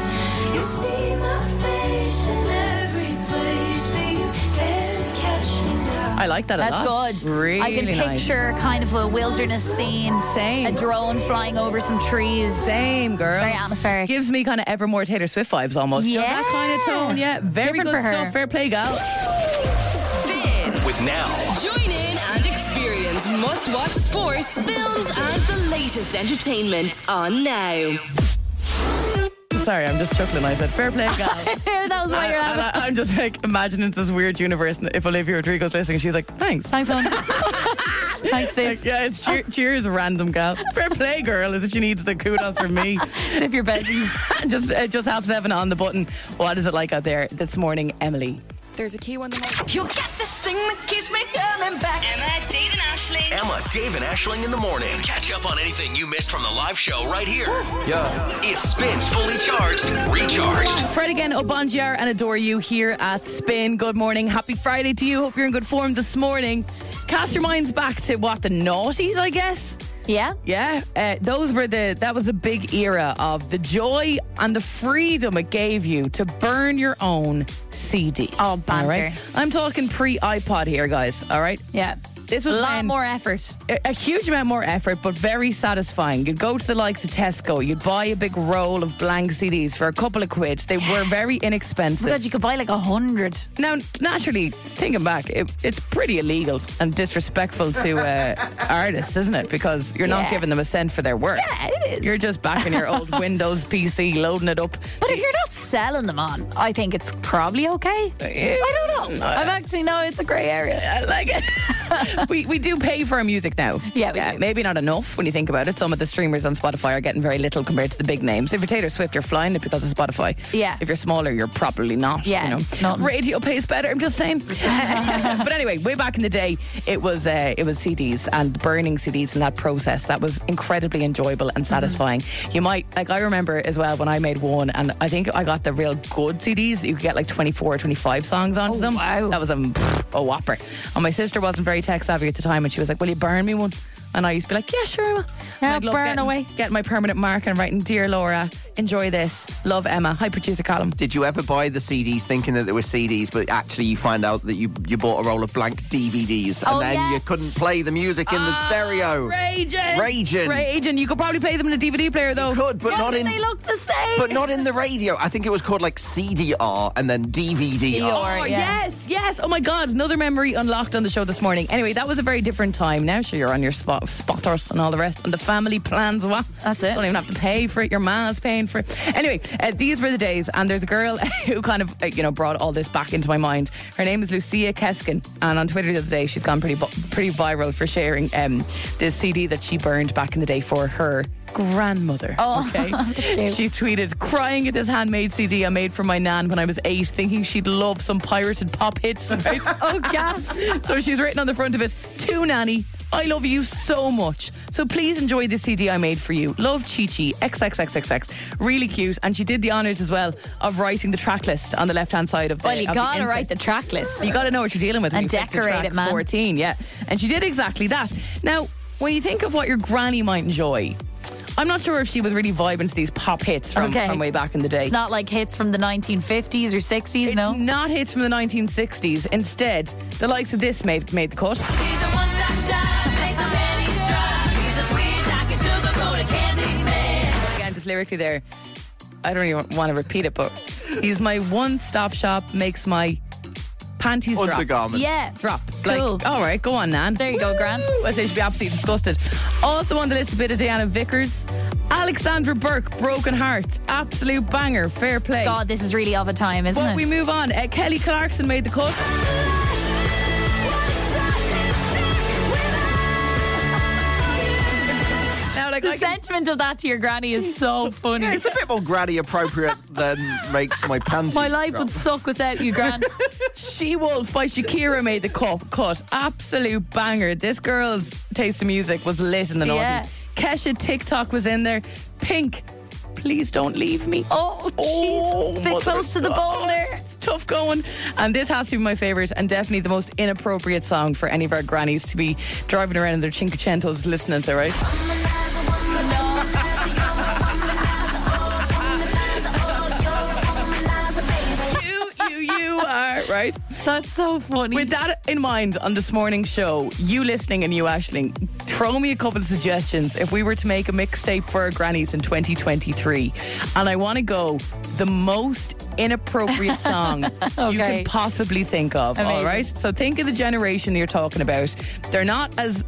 Speaker 7: You see my face in every place, but you can't catch me now.
Speaker 3: I like that a
Speaker 5: That's
Speaker 3: lot.
Speaker 5: good.
Speaker 3: Really
Speaker 5: I can
Speaker 3: nice.
Speaker 5: picture kind of a wilderness scene.
Speaker 3: Same.
Speaker 5: A drone flying over some trees.
Speaker 3: Same girl.
Speaker 5: very atmospheric.
Speaker 3: Gives me kind of Evermore Taylor Swift vibes almost. You know, that
Speaker 5: Yeah.
Speaker 3: kind of tone. Yeah. Very
Speaker 5: Different
Speaker 3: good
Speaker 5: for her.
Speaker 3: stuff. Fair play, gal.
Speaker 2: Spin.
Speaker 1: With now.
Speaker 2: Join in and experience must watch sports, films, and the latest entertainment on now.
Speaker 3: Sorry, I'm just chuckling. I said fair play, gal.
Speaker 5: that was why you're
Speaker 3: And
Speaker 5: having.
Speaker 3: I, I'm just like imagining it's this weird universe. And if Olivia Rodrigo's listening, she's like, thanks.
Speaker 5: Thanks, hon. Thanks,
Speaker 3: Like,
Speaker 5: sis.
Speaker 3: yeah, it's cheer- cheers, random gal. Fair play, girl, as if she needs the kudos from me.
Speaker 5: If you're busy.
Speaker 3: just uh, just half seven on the button. What is it like out there this morning, Emily?
Speaker 2: You get this thing that keeps me coming back. Emma, Dave, and Ashley.
Speaker 1: Emma, Dave, and Ashling in the morning. Catch up on anything you missed from the live show right here.
Speaker 6: Yeah.
Speaker 1: It spins fully charged, recharged.
Speaker 3: Fred again, Obongiar and adore you here at Spin. Good morning. Happy Friday to you. Hope you're in good form this morning. Cast your minds back to what the naughties, I guess.
Speaker 5: Yeah.
Speaker 3: Yeah, uh, those were the that was a big era of the joy and the freedom it gave you to burn your own CD.
Speaker 5: Oh, banter.
Speaker 3: All right? I'm talking pre iPod here, guys. All right.
Speaker 5: Yeah.
Speaker 3: This was
Speaker 5: a lot
Speaker 3: when-
Speaker 5: more effort.
Speaker 3: a, a huge amount more effort, but very satisfying. You'd go to the likes of Tesco, you'd buy a big roll of blank CDs for a couple of quid. They were very inexpensive.
Speaker 5: God, you could buy like a hundred.
Speaker 3: Now, naturally, thinking back, it, it's pretty illegal and disrespectful to uh, artists, isn't it? Because you're
Speaker 5: Yeah.
Speaker 3: not giving them a cent for their work.
Speaker 5: Yeah, it is.
Speaker 3: You're just backing your old Windows PC, loading it up.
Speaker 5: But if you're not selling them on, I think it's probably okay. I don't
Speaker 3: Uh,
Speaker 5: know. I've actually no, it's a grey area.
Speaker 3: I like it. we, we do pay for our music now. Uh,
Speaker 5: Yeah, we do.
Speaker 3: Maybe not enough when you think about it. Some of the streamers on Spotify are getting very little compared to the big names. If you're Taylor Swift, you're flying it because of Spotify.
Speaker 5: Yeah.
Speaker 3: If you're smaller, you're probably not.
Speaker 5: Yeah,
Speaker 3: You know?
Speaker 5: not-
Speaker 3: Radio pays better. I'm just saying. but anyway, way back in the day, it was uh, it was CDs and burning CDs and that process that was incredibly enjoyable and satisfying.
Speaker 5: Mm-hmm.
Speaker 3: You might like I remember as well when I made one and I think I got the real good CDs. You could get like 24 or 25 songs onto them.
Speaker 5: Oh, wow.
Speaker 3: That was a, a whopper. And my sister wasn't very tech savvy at the time, and she was like, "Will you burn me one?" And I used to be like, "Yeah, sure." Emma." And
Speaker 5: Yeah,
Speaker 3: I'd love
Speaker 5: burn
Speaker 3: getting-
Speaker 5: away.
Speaker 3: Getting my permanent mark and writing, "Dear Laura, enjoy this. Love Emma." Hi, producer Column.
Speaker 6: Did you ever buy the CDs thinking that they were CDs, but actually you find out that you you bought a roll of blank DVDs and
Speaker 5: Oh, Ah,
Speaker 6: then
Speaker 5: yeah.
Speaker 6: you couldn't play the music in the stereo?
Speaker 3: uh, Raging,
Speaker 6: Raging.
Speaker 3: raging. You could probably play them in a DVD player though. Oh,
Speaker 6: Could, but not
Speaker 5: Probably
Speaker 6: in
Speaker 5: they look the same.
Speaker 6: but not in the radio. I think it was called like CDR and then DVDR.
Speaker 5: Or-
Speaker 3: Oh,
Speaker 5: yeah.
Speaker 3: yes, yes. Oh my God, another memory unlocked on the show this morning. Anyway, that was a very different time. Now, sure, you're on your spot, with spotters and all the rest, and the family plans. What?
Speaker 5: That's it.
Speaker 3: Don't even have to pay for it. Your ma's paying for it. Anyway, uh, these were the days, and there's a girl who kind of, uh, you know, brought all this back into my mind. Her name is Lucia Keskin, and on Twitter the other day, she's gone pretty bu- pretty viral for sharing um, this CD that she burned back in the day for her grandmother.
Speaker 5: Oh,
Speaker 3: okay.
Speaker 5: cute.
Speaker 3: she tweeted, crying at this handmade CD I made for my nan when I was eight, thinking she'd love some pirated pop hits. Right?
Speaker 5: Oh, gas.
Speaker 3: So she's written on the front of it, to Nanny, I love you so much. So please enjoy this CD I made for you. Love Chi Chi, XXXXX. Really cute. And she did the honours as well of writing the track list on the left hand side of the
Speaker 5: Well, you
Speaker 3: of the
Speaker 5: gotta
Speaker 3: insert.
Speaker 5: write the track list.
Speaker 3: You got to know what you're dealing with when
Speaker 5: And
Speaker 3: you click to
Speaker 5: decorate
Speaker 3: track
Speaker 5: it, man.
Speaker 3: 14, yeah. And she did exactly that. Now, when you think of what your granny might enjoy, I'm not sure if she was really vibing to these pop hits from,
Speaker 5: Okay.
Speaker 3: from way back in the day.
Speaker 5: It's not like hits from the 1950s or 60s,
Speaker 3: It's
Speaker 5: no?
Speaker 3: not hits from the 1960s. Instead, the likes of this made made the cut. Again, just lyrically there. I don't even want to repeat it, but he's my one-stop shop. Makes my panties drop.
Speaker 6: Undergarment.
Speaker 5: Yeah.
Speaker 3: Drop.
Speaker 5: Cool.
Speaker 3: Like, all right, go on, Nan.
Speaker 5: There you go, Grant.
Speaker 3: I say she'd be absolutely disgusted. Also on the list, a bit of Diana Vickers, Alexandra Burke, Broken Hearts, absolute banger. Fair play.
Speaker 5: God, this is really of a time, isn't
Speaker 3: But we
Speaker 5: it?
Speaker 3: move on. Uh, Kelly Clarkson made the cut. Now, like,
Speaker 5: The
Speaker 3: I can, Oh,
Speaker 5: sentiment of that to your granny is so funny.
Speaker 6: Yeah, it's a bit more granny appropriate than makes my panties.
Speaker 5: My life
Speaker 6: drop.
Speaker 5: would suck without you, Grant.
Speaker 3: She Wolf by Shakira made the cut. cut. Absolute banger. This girl's taste in music was lit in the
Speaker 5: Yeah.
Speaker 3: 90s. Kesha TikTok was in there. Pink, please don't leave me.
Speaker 5: Oh, Jesus. Bit close to the bone there.
Speaker 3: It's tough going. And this has to be my favourite and definitely the most inappropriate song for any of our grannies to be driving around in their Cinquecentos listening to, right? you, you, you are, right?
Speaker 5: That's so funny.
Speaker 3: With that in mind, on this morning's show, you listening and you Ashling, throw me a couple of suggestions if we were to make a mixtape for our grannies in 2023. And I want to go the most inappropriate song you
Speaker 5: Okay.
Speaker 3: can possibly think of. All
Speaker 5: Amazing.
Speaker 3: right. So think of the generation you're talking about. They're not as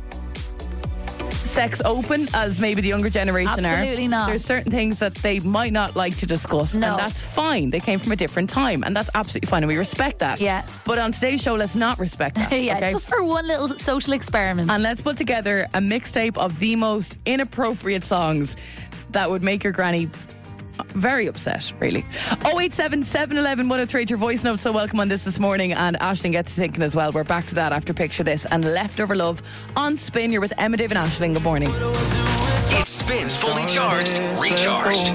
Speaker 3: sex open as maybe the younger generation are.
Speaker 5: Absolutely not.
Speaker 3: There's certain things that they might not like to discuss,
Speaker 5: No.
Speaker 3: and that's fine. They came from a different time, and that's absolutely fine, and we respect that.
Speaker 5: Yeah.
Speaker 3: But on today's show, let's not respect that.
Speaker 5: yeah,
Speaker 3: okay?
Speaker 5: just for one little social experiment.
Speaker 3: and let's put together a mixtape of the most inappropriate songs that would make your granny very upset, really. 087 711 103, your voice note. So welcome on this this morning. And Ashling gets to thinking as well. We're back to that after Picture This and Leftover Love on Spin. You're with Emma, Dave, and Ashling. Good morning.
Speaker 1: It spins fully charged, recharged.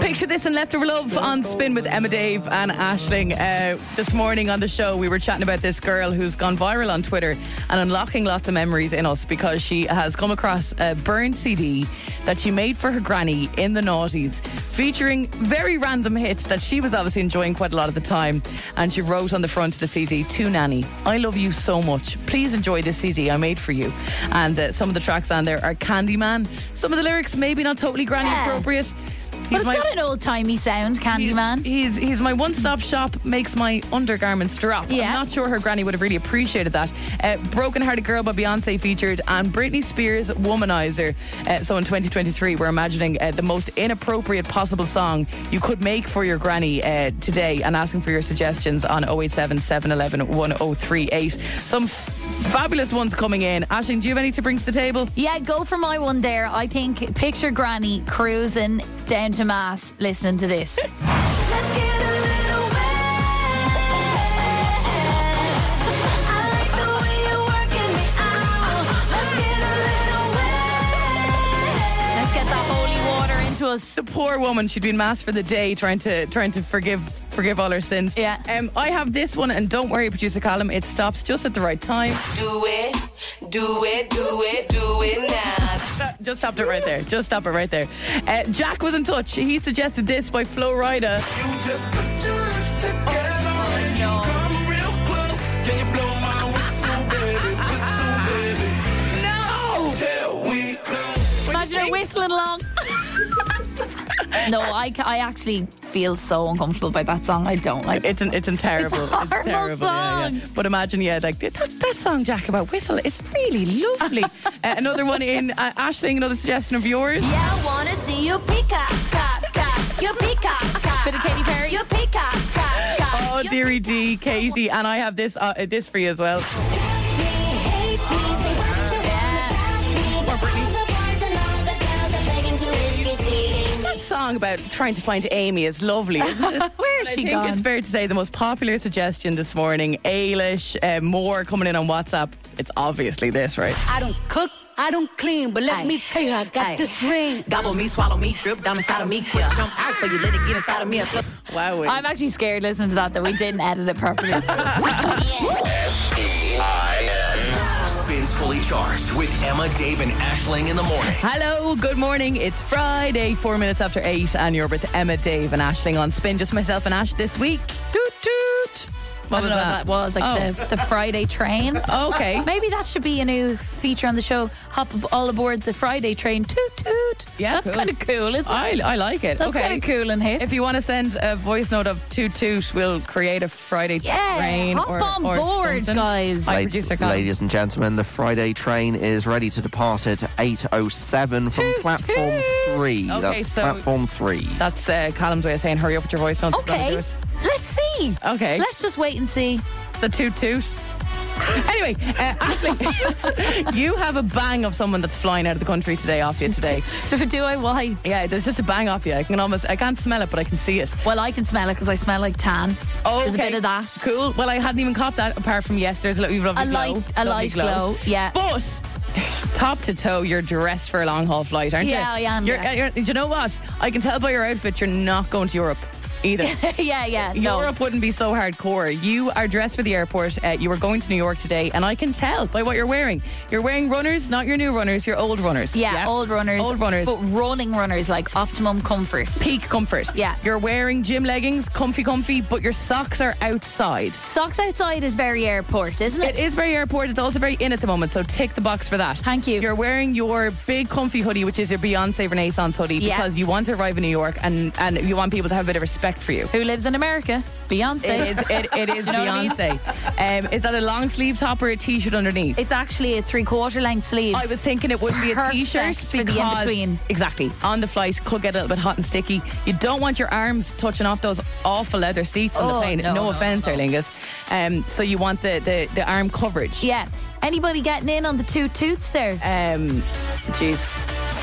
Speaker 3: Picture this and Leftover Love on Spin with Emma Dave and Ashling. Uh, this morning on the show, we were chatting about this girl who's gone viral on Twitter and unlocking lots of memories in us because she has come across a burned CD that she made for her granny in the noughties, featuring very random hits that she was obviously enjoying quite a lot of the time. And she wrote on the front of the CD, To Nanny, I love you so much. Please enjoy this CD I made for you. And uh, some of the tracks on there are Candyman. Some of the lyrics, maybe not totally granny
Speaker 5: Yeah.
Speaker 3: appropriate.
Speaker 5: but
Speaker 3: He's
Speaker 5: it's
Speaker 3: my-
Speaker 5: got an old timey sound, Candyman.
Speaker 3: He's he's my one stop shop. Makes my undergarments drop.
Speaker 5: Yeah.
Speaker 3: I'm not sure her granny would have really appreciated that. Uh, Broken Hearted Girl by Beyonce featured and Britney Spears Womanizer. Uh, so in 2023, we're imagining uh, the most inappropriate possible song you could make for your granny uh, today, and asking for your suggestions on 087 711 1038. Some f- fabulous ones coming in. Ashing, do you have any to bring to the table?
Speaker 5: Yeah, go for my one there. I think picture granny cruising down to mass listening to this. Let's get that holy water into us.
Speaker 3: the poor woman she'd been mass for the day trying to trying to forgive forgive all her sins
Speaker 5: Yeah.
Speaker 3: um, I have this one and don't worry producer Callum it stops just at the right time
Speaker 9: Do it, do it, do it, do it now.
Speaker 3: just stopped it right there just stop it right there uh, Jack was in touch he suggested this by Flo Rida
Speaker 5: Imagine her whistling along. No, I, ca- I actually feel so uncomfortable by that song. I don't like it.
Speaker 3: It's an it's an terrible,
Speaker 5: It's a horrible
Speaker 3: terrible, Yeah, yeah.
Speaker 5: song.
Speaker 3: But imagine, yeah, like that, that song Jack about whistle is really lovely. uh, another one in uh, Ashling, another suggestion of yours.
Speaker 7: Yeah, I wanna see you peacock, cock, cock, you peacock, cock.
Speaker 5: Bit of Katy Perry.
Speaker 7: You peacock, cock, cock.
Speaker 3: Oh, dearie D, Katie, and I have this uh, this for you as well. That Song about trying to find Amy is lovely, isn't it?
Speaker 5: Where is
Speaker 3: I
Speaker 5: she
Speaker 3: think
Speaker 5: gone?
Speaker 3: it's fair to say the most popular suggestion this morning, Ailish, uh, Moore coming in on WhatsApp. It's obviously this, right?
Speaker 10: I don't cook, I don't clean, but let me tell you, I got this ring.
Speaker 11: Gobble me, swallow me, drip down inside of me, quick jump out for you, let it get inside of me.
Speaker 3: Wow.
Speaker 5: I'm actually scared listening to that that we didn't edit it properly.
Speaker 1: E Spins fully charged with Emma, Dave, and Ashling in the morning.
Speaker 3: Hello, good morning. It's Friday, four minutes after eight, and you're with Emma, Dave, and Ashling on Spin. Just myself and Ash this week. Toot toot.
Speaker 5: I don't know what that was like
Speaker 3: Oh.
Speaker 5: the, the Friday train.
Speaker 3: Okay.
Speaker 5: Maybe that should be a new feature on the show. Hop ab- all aboard the Friday train. Toot toot.
Speaker 3: Yeah,
Speaker 5: that's
Speaker 3: cool.
Speaker 5: kind of cool, isn't
Speaker 3: I,
Speaker 5: it?
Speaker 3: I like it.
Speaker 5: That's
Speaker 3: okay.
Speaker 5: kind of cool in here.
Speaker 3: If you want to send a voice note of toot toot, we'll create a Friday
Speaker 5: Yeah,
Speaker 3: train.
Speaker 5: hop
Speaker 3: or,
Speaker 5: on
Speaker 3: or
Speaker 5: board,
Speaker 3: something.
Speaker 5: guys.
Speaker 3: Hi,
Speaker 6: Lad-
Speaker 3: producer Colin.
Speaker 6: Ladies and gentlemen, the Friday train is ready to depart at 8.07 from platform three.
Speaker 3: Okay,
Speaker 6: That's
Speaker 3: so-
Speaker 6: platform three.
Speaker 3: That's uh, Callum's way of saying hurry up with your voice notes. Don't do
Speaker 5: okay,
Speaker 3: it.
Speaker 5: let's see.
Speaker 3: Okay.
Speaker 5: Let's just wait and see.
Speaker 3: the toot toot. anyway, uh, Ashley, you have a bang of someone that's flying out of the country today off you today.
Speaker 5: So do I? Why?
Speaker 3: Yeah, there's just a bang off you. I can almost, I can't smell it, but I can see it.
Speaker 5: Well, I can smell it because I smell like tan.
Speaker 3: Oh,
Speaker 5: There's a bit of that.
Speaker 3: Cool. Well, I hadn't even caught that apart from yes, there's a lovely, lovely
Speaker 5: A
Speaker 3: glow.
Speaker 5: light-
Speaker 3: Lovely
Speaker 5: a light glow, yeah.
Speaker 3: But top to toe, you're dressed for a long haul flight, aren't
Speaker 5: Yeah, I
Speaker 3: you?
Speaker 5: am,
Speaker 3: You're, uh,
Speaker 5: yeah.
Speaker 3: you're- do you know what? I can tell by your outfit, you're not going to Europe either.
Speaker 5: yeah, yeah. No.
Speaker 3: Europe wouldn't be so hardcore. You are dressed for the airport. Uh, you were going to New York today, and I can tell by what you're wearing. You're wearing runners, not your new runners, your old runners.
Speaker 5: Yeah, old runners.
Speaker 3: Old runners.
Speaker 5: But running runners, like optimum comfort.
Speaker 3: Peak comfort.
Speaker 5: Yeah.
Speaker 3: You're wearing gym leggings, comfy, comfy, but your socks are outside.
Speaker 5: Socks outside is very airport, isn't it?
Speaker 3: It is very airport. It's also very in at the moment. So tick the box for that.
Speaker 5: Thank you.
Speaker 3: You're wearing your big comfy hoodie, which is your Beyonce Renaissance hoodie,
Speaker 5: Yeah.
Speaker 3: because you want to arrive in New York and, and you want people to have a bit of respect for you.
Speaker 5: Who lives in America? Beyonce.
Speaker 3: It is, it, it is
Speaker 5: You know what I mean?
Speaker 3: Beyonce. Um, is that a long sleeve top or a t shirt underneath?
Speaker 5: It's actually a three quarter length sleeve.
Speaker 3: I was thinking it would be a
Speaker 5: Perfect
Speaker 3: t-shirt
Speaker 5: for the in
Speaker 3: because-
Speaker 5: between.
Speaker 3: Exactly. On the flight could get a little bit hot and sticky. You don't want your arms touching off those awful leather seats on
Speaker 5: Oh,
Speaker 3: the plane.
Speaker 5: no,
Speaker 3: No,
Speaker 5: no,
Speaker 3: offense, Aer Lingus. Um, so you want the, the, the arm coverage.
Speaker 5: yeah. Anybody getting in on the two toots there?
Speaker 3: Um, jeez.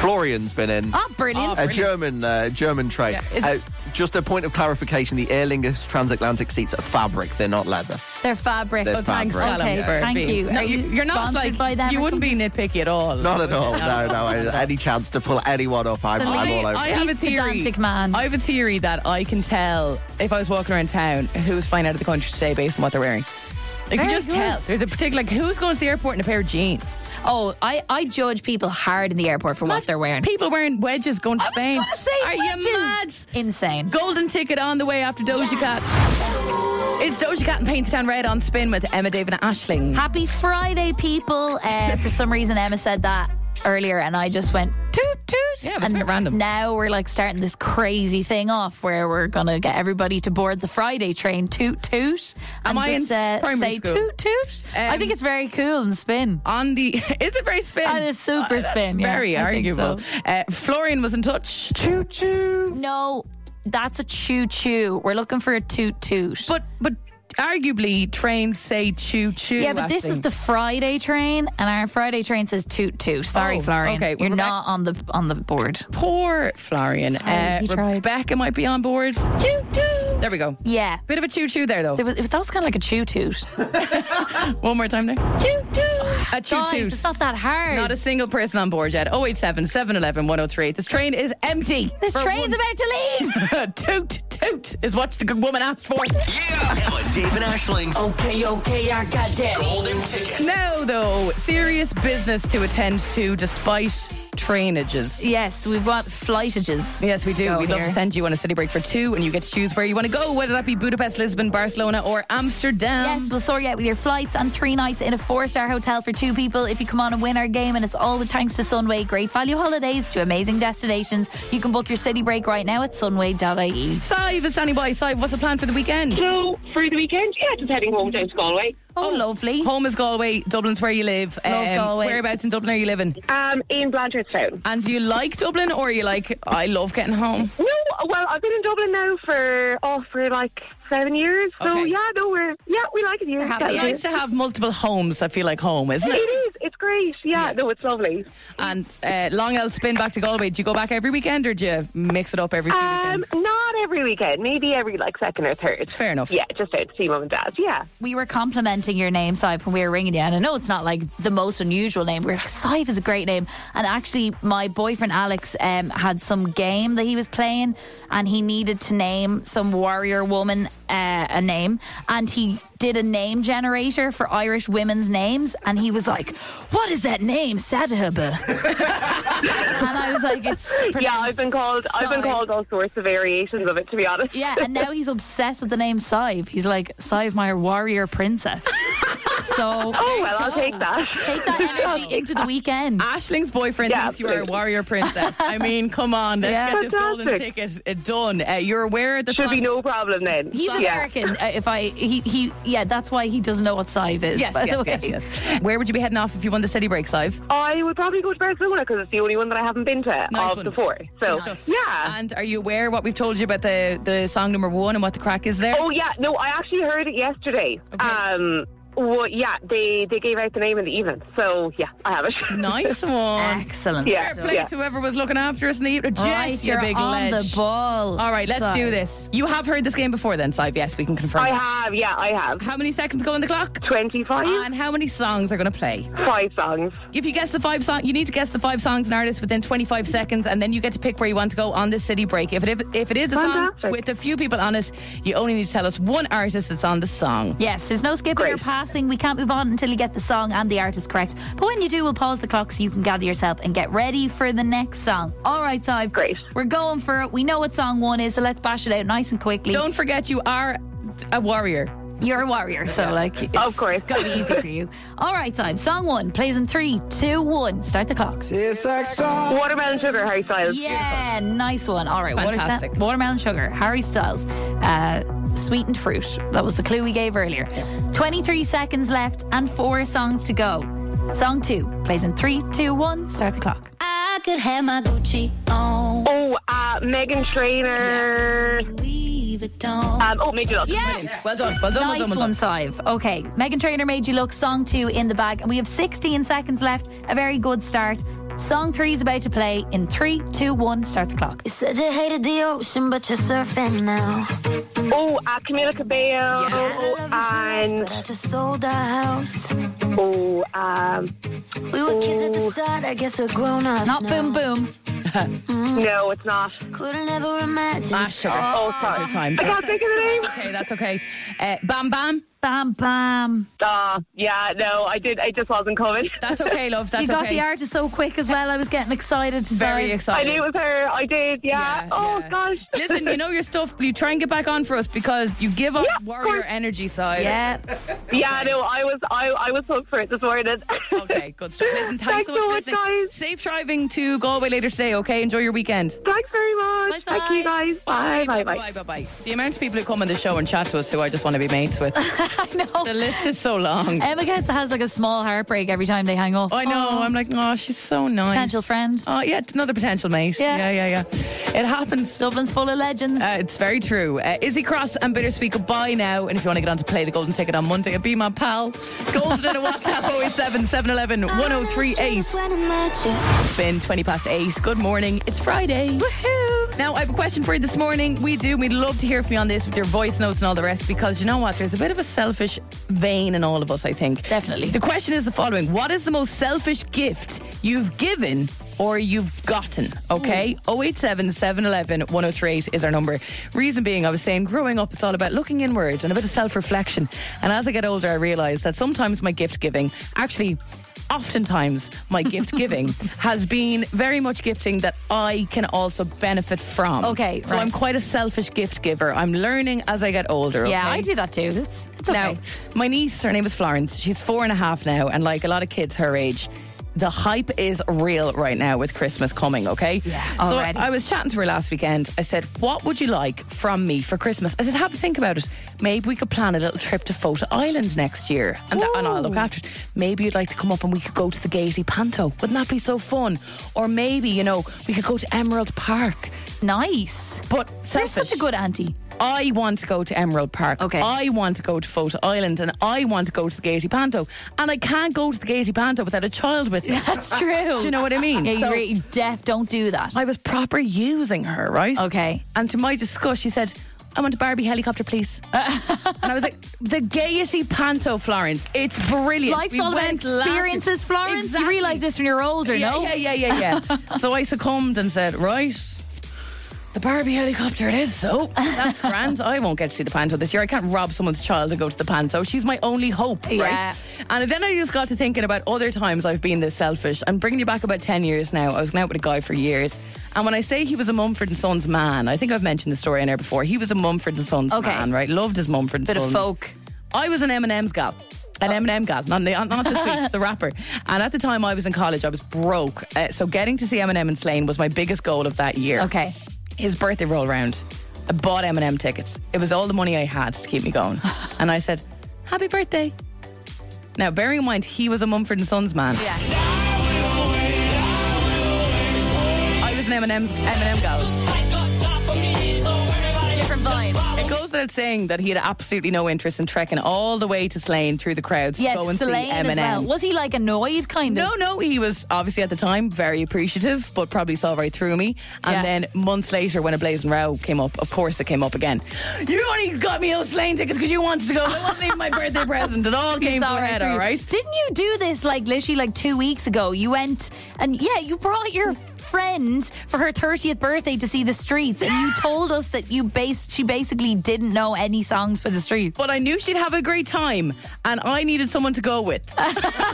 Speaker 6: Florian's been in.
Speaker 3: Ah,
Speaker 5: oh, brilliant.
Speaker 6: a German uh, German train.
Speaker 3: Yeah, is
Speaker 6: Uh, just a point of clarification: the Aer Lingus transatlantic seats are fabric; they're not leather.
Speaker 5: They're fabric.
Speaker 6: They're
Speaker 3: Oh, Thanks,
Speaker 6: fabric.
Speaker 3: Callum,
Speaker 5: Oh, Okay,
Speaker 3: for
Speaker 5: thank
Speaker 3: being-
Speaker 5: you.
Speaker 3: No,
Speaker 5: Are
Speaker 3: you-
Speaker 5: you
Speaker 3: you're not
Speaker 5: sponsored
Speaker 3: like
Speaker 5: by them
Speaker 3: you
Speaker 5: or
Speaker 3: wouldn't be nitpicky at all.
Speaker 6: Not at all. No, no. I, any chance to pull anyone up, I'm, I'm all over.
Speaker 3: I
Speaker 6: it.
Speaker 3: have a
Speaker 5: He's
Speaker 3: theory.
Speaker 5: pedantic man.
Speaker 3: I have a theory that I can tell if I was walking around town who's flying out of the country today based on what they're wearing. I can
Speaker 5: Very
Speaker 3: just
Speaker 5: good.
Speaker 3: tell. There's a particular like who's going to the airport in a pair of jeans.
Speaker 5: Oh, I, I judge people hard in the airport for what they're wearing.
Speaker 3: People wearing wedges going to Spain.
Speaker 5: gonna say
Speaker 3: Are you mad?
Speaker 5: wedges. Insane.
Speaker 3: Golden ticket on the way after Doja Cat. It's Doja Cat and Paintstown Red on spin with Emma, David, and Ashling.
Speaker 5: Happy Friday, people. Uh, for some reason, Emma said that earlier, and I just went toot toot.
Speaker 3: Yeah, it was a
Speaker 5: and
Speaker 3: bit random.
Speaker 5: Now we're like starting this crazy thing off where we're going to get everybody to board the Friday train toot toot.
Speaker 3: Am
Speaker 5: and
Speaker 3: I in
Speaker 5: just, uh,
Speaker 3: primary
Speaker 5: say
Speaker 3: school?
Speaker 5: toot toot? I
Speaker 3: Um,
Speaker 5: think it's very cool and spin.
Speaker 3: On the is it very spin?
Speaker 5: That is super
Speaker 3: that's
Speaker 5: spin, yeah,
Speaker 3: very
Speaker 5: I think
Speaker 3: arguable.
Speaker 5: so.
Speaker 3: Uh, Florian was in touch,
Speaker 5: No, that's a choo choo. We're looking for a toot toot.
Speaker 3: but but arguably trains say choo choo.
Speaker 5: yeah, but this is the Friday train, and our Friday train says toot toot. Sorry,
Speaker 3: Oh,
Speaker 5: Florian,
Speaker 3: okay. Well,
Speaker 5: you're
Speaker 3: Rebecca-
Speaker 5: not on the on the board.
Speaker 3: poor Florian. Uh,
Speaker 5: he tried.
Speaker 3: Rebecca might be on board. There we go.
Speaker 5: Yeah,
Speaker 3: Bit of a choo choo there though.
Speaker 5: there was, it was, that was kind of like a choo toot. Oh,
Speaker 3: One more time there. A choo
Speaker 5: Guys,
Speaker 3: choo.
Speaker 5: it's not that hard.
Speaker 3: Not a single person on board yet. 087 711 103. This train is empty.
Speaker 5: this
Speaker 3: For
Speaker 5: train's about to leave.
Speaker 3: once. toot toot is what the good woman asked for.
Speaker 1: Emma, Dave, and Ashling's
Speaker 11: Okay, okay, I got that.
Speaker 1: golden ticket.
Speaker 3: Now, though, serious business to attend to despite trainages.
Speaker 5: Yes, we've got flightages.
Speaker 3: Yes, we
Speaker 5: to
Speaker 3: do.
Speaker 5: go
Speaker 3: We'd love to
Speaker 5: here.
Speaker 3: send you on a city break for two, and you get to choose where you want to go, whether that be Budapest, Lisbon, Barcelona, or Amsterdam.
Speaker 5: Yes, we'll sort you out with your flights and three nights in a four star hotel for two people if you come on and win our game. And it's all with thanks to Sunway. Great value holidays to amazing destinations. You can book your city break right now at sunway.ie.
Speaker 3: Sive is standing by. Sive, what's the plan for the weekend?
Speaker 12: So, for the weekend, yeah, just heading home down to Galway.
Speaker 5: Oh, lovely.
Speaker 3: Home is Galway. Dublin's where you live. Um,
Speaker 12: Love Galway.
Speaker 3: Whereabouts in Dublin are you living?
Speaker 12: Um, in Blanchardstown.
Speaker 3: And do you like Dublin or are you like, I love getting home?
Speaker 12: No, well, I've been in Dublin now for oh, for like seven years. So yeah, no, we're yeah, we like it here.
Speaker 3: It's
Speaker 12: Yeah.
Speaker 3: nice to have multiple homes that feel like home, isn't
Speaker 12: It
Speaker 3: it?
Speaker 12: is. It's great. Yeah, no, it's lovely.
Speaker 3: And uh, Long L spin back to Galway. Do you go back every weekend or do you mix it up every few
Speaker 12: Um, not every weekend. Maybe every like second or third. Fair enough. Yeah, just out to see mum and dad. Yeah.
Speaker 5: We were complimenting your name, Sive, when we were ringing you. And I know it's not like the most unusual name. We were like, Sive is a great name. And actually, my boyfriend Alex um, had some game that he was playing and he needed to name some warrior woman uh, a name. And he did a name generator for Irish women's names. And he was like, What is that name? Sadhaba. and I was like, It's.
Speaker 12: Yeah, I've been called. I've been
Speaker 5: Sive.
Speaker 12: called all sorts of variations of it. To be honest.
Speaker 5: Yeah, and now he's obsessed with the name Sive. He's like, Sive, my warrior princess. So
Speaker 12: Oh well, I'll take that.
Speaker 5: Take that energy into the weekend.
Speaker 3: Ashling's boyfriend
Speaker 5: Yeah,
Speaker 3: thinks you are a
Speaker 5: absolutely.
Speaker 3: warrior princess. I mean, come on, let's
Speaker 5: Yeah.
Speaker 3: get this golden
Speaker 5: Fantastic.
Speaker 3: ticket uh, done. Uh, you're aware at the
Speaker 5: Should be
Speaker 12: no problem then.
Speaker 5: He's American. Uh, if I he he yeah, that's why he doesn't know what Sive is.
Speaker 3: Yes,
Speaker 5: by
Speaker 3: yes,
Speaker 5: the way.
Speaker 3: yes, yes. Where would you be heading off if you won the city break, Sive?
Speaker 12: I would probably go to Barcelona because it's the only one that I haven't been to
Speaker 3: Nice
Speaker 12: of
Speaker 3: one.
Speaker 12: the four. So yeah.
Speaker 3: And are you aware what we've told you about the, the song number one and what the crack is there?
Speaker 12: Oh yeah, no, I actually heard it yesterday. Um, well, yeah, they they gave out the name in the evening, so yeah, I have it.
Speaker 3: Nice one.
Speaker 5: Excellent.
Speaker 12: Yeah,
Speaker 3: Fair play
Speaker 12: yeah.
Speaker 3: to whoever was looking after us in the evening.
Speaker 5: Right,
Speaker 3: Jess, you
Speaker 5: you're
Speaker 3: big
Speaker 5: on
Speaker 3: ledge.
Speaker 5: the ball,
Speaker 3: All right, let's do
Speaker 5: Sive.
Speaker 3: this. You have heard this game before then, Sive. Yes, we can confirm.
Speaker 12: I have, yeah, I have.
Speaker 3: How many seconds go on the clock?
Speaker 12: 25.
Speaker 3: And how many songs are going to play?
Speaker 12: Five songs.
Speaker 3: If you guess the five song, you need to guess the five songs and artists within 25 seconds, and then you get to pick where you want to go on this city break. If it if it is a song
Speaker 5: Fantastic.
Speaker 3: with a few people on it, you only need to tell us one artist that's on the song.
Speaker 5: Yes, there's no skipping or passing. We can't move on until you get the song and the artist correct. But when you do, we'll pause the clock so you can gather yourself and get ready for the next song. All right, Sive. Great. We're going for it. We know what song one is, so let's bash it out nice and quickly.
Speaker 3: Don't forget, you are a warrior.
Speaker 5: You're a warrior, so like, it's
Speaker 3: Of course.
Speaker 5: gotta be easy for you. All right, Sive. Song one plays in three, two, one. Start the clock.
Speaker 12: Watermelon sugar, Harry Styles.
Speaker 5: Yeah, nice one. All right, water-
Speaker 12: Fantastic.
Speaker 5: watermelon sugar, Harry Styles, uh, sweetened fruit. That was the clue we gave earlier. 23 seconds left and four songs to go. Song two plays in three, two, one. Start the clock.
Speaker 12: I could have my Gucci on. Oh, uh, Megan Trainer. Leave it on. Um, oh, Megan.
Speaker 5: Yes.
Speaker 3: Well done. Well done. well done.
Speaker 5: Nice
Speaker 3: Well
Speaker 5: one,
Speaker 3: done.
Speaker 5: Sive. Okay, Megan Trainer made you look. Song two in the bag, and we have 16 seconds left. A very good start. Song three is about to play in three, two, one. Start the clock.
Speaker 13: You said you hated the ocean, but you're surfing now.
Speaker 12: Oh, uh, Camila Cabello. And.
Speaker 13: I just sold our house.
Speaker 12: Oh, um.
Speaker 13: We were kids at the start, I guess we're grown ups.
Speaker 5: Not boom boom.
Speaker 12: no, it's not.
Speaker 13: Couldn't ever imagine.
Speaker 3: Ah, sugar.
Speaker 13: Oh,
Speaker 3: That's your time.
Speaker 13: I can't think of the name.
Speaker 3: Okay, that's okay. Uh, bam, bam.
Speaker 5: Bam, bam.
Speaker 12: Uh, yeah, no, I did. I just wasn't coming.
Speaker 3: That's okay, love. That's
Speaker 5: you got
Speaker 3: okay.
Speaker 5: the artist so quick as well. I was getting excited.
Speaker 3: Very
Speaker 5: Sive.
Speaker 3: excited. I knew it was
Speaker 12: her. I did. Yeah.
Speaker 3: oh gosh. Listen, you know your stuff. You try and get back on for us because you give off warrior energy, Sive.
Speaker 5: Yeah.
Speaker 12: yeah, no, I was I, I was hooked for it this morning.
Speaker 3: okay, good stuff. Listen, thanks, so much, for listening. Safe driving to Galway later today, okay? Enjoy your weekend.
Speaker 12: Thanks very much.
Speaker 3: Bye,
Speaker 12: Thank you guys. Bye, bye, bye.
Speaker 3: Bye, bye, bye. The amount of people who come on the show and chat to us who I just want to be mates with.
Speaker 5: I know.
Speaker 3: The list is so long.
Speaker 5: Emma gets has like a small heartbreak every time they hang up.
Speaker 3: I know. I'm like, oh, she's so nice.
Speaker 5: Potential friend.
Speaker 3: Oh, yeah, it's another potential mate.
Speaker 5: Yeah.
Speaker 3: yeah, yeah. yeah. It happens.
Speaker 5: Dublin's full of legends.
Speaker 3: Uh, it's very true. Uh, Izzy Cross and Bittersweet, goodbye now. And if you want to get on to play the Golden Ticket on Monday, be my pal. Golden at a WhatsApp 087 711 1038. It's been 20 past 8. Good morning. It's Friday. Woohoo! Now, I have a question for you this morning. We do. We'd love to hear from you on this with your voice notes and all the rest because you know what? There's a bit of a selfish vein in all of us, I think. Definitely. The question is the following What is the most selfish gift you've given or you've gotten,
Speaker 5: Hmm.
Speaker 3: okay? 087 711 1038 is our number. Reason being, I was saying growing up, it's all about looking inwards and a bit of self reflection. And as I get older, I realize that sometimes my gift giving actually oftentimes my gift giving has been very much gifting that I can also benefit from.
Speaker 5: Okay,
Speaker 3: so
Speaker 5: right.
Speaker 3: I'm quite a selfish gift giver. I'm learning as I get older.
Speaker 5: Yeah,
Speaker 3: okay?
Speaker 5: I do that too. It's, it's okay.
Speaker 3: Now, my niece, her name is Florence. She's four and a half now, and like a lot of kids her age. The hype is real right now with Christmas coming, okay? Yeah. So I,
Speaker 5: already.
Speaker 3: I was chatting to her last weekend. I said, What would you like from me for Christmas? I said, Have a think about it. Maybe we could plan a little trip to Photo Island next year and, th- and I'll look after it. Maybe you'd like to come up and we could go to the Gaiety Panto. Wouldn't that be so fun? Or maybe, you know, we could go to Emerald Park.
Speaker 5: Nice.
Speaker 3: But selfish.
Speaker 5: such a good auntie.
Speaker 3: I want to go to Emerald Park. Okay. I want to go to Photo Island and I want to go to the Gaiety Panto. And I can't go to the Gaiety Panto without a child with me.
Speaker 5: That's true.
Speaker 3: Uh, do you know what I mean?
Speaker 5: Yeah, you
Speaker 3: So-
Speaker 5: re- you deaf. Don't do that.
Speaker 3: I was proper using her, right?
Speaker 5: Okay.
Speaker 3: And to my disgust, she said, I want a Barbie helicopter, please. and I was like, the Gaiety Panto, Florence. It's brilliant.
Speaker 5: Life's
Speaker 3: We
Speaker 5: all about
Speaker 3: went last year."
Speaker 5: experiences, Florence. You
Speaker 3: Exactly.
Speaker 5: realise this when you're older,
Speaker 3: yeah,
Speaker 5: no?
Speaker 3: Yeah, yeah, yeah, yeah. so I succumbed and said, right, the Barbie helicopter it is, so that's grand. I won't get to see the panto this year. I can't rob someone's child to go to the panto. She's my only hope, right?
Speaker 5: Yeah.
Speaker 3: And then I just got to thinking about other times I've been this selfish. I'm bringing you back about 10 years now. I was going out with a guy for years. And when I say he was a Mumford and Sons man, I think I've mentioned the story on air before. He was a Mumford and Sons
Speaker 5: Okay.
Speaker 3: man, right? Loved his Mumford and
Speaker 5: Bit of
Speaker 3: Sons.
Speaker 5: folk.
Speaker 3: I was an M&M's gal. An M&M gal, not the, not the sweets, the rapper. And at the time I was in college, I was broke. Uh, so getting to see Eminem and Slane was my biggest goal of that year.
Speaker 5: Okay.
Speaker 3: His birthday rolled around. I bought M&M tickets. It was all the money I had to keep me going. and I said, happy birthday. Now, bearing in mind, he was a Mumford and Sons man. Yeah. I was an M&M, M&M gal.
Speaker 5: Different vibe.
Speaker 3: It goes without saying that he had absolutely no interest in trekking all the way to Slane through the crowds
Speaker 5: Yes,
Speaker 3: to go and see
Speaker 5: Slane
Speaker 3: Eminem.
Speaker 5: as well. Was he like annoyed, kind of?
Speaker 3: No, no, he was obviously at the time very appreciative, but probably saw right through me. And
Speaker 5: Yeah.
Speaker 3: then months later, when a blazing row came up, of course it came up again. You only got me those Slane tickets because you wanted to go. I wasn't even my birthday present. It all came to
Speaker 5: Sorry,
Speaker 3: a head,
Speaker 5: Drew.
Speaker 3: all right?
Speaker 5: Didn't you do this like literally like two weeks ago? You went and yeah, you brought your friend for her 30th birthday to see the streets, and you told us that you based she basically didn't know any songs for the streets.
Speaker 3: But I knew she'd have a great time, and I needed someone to go with.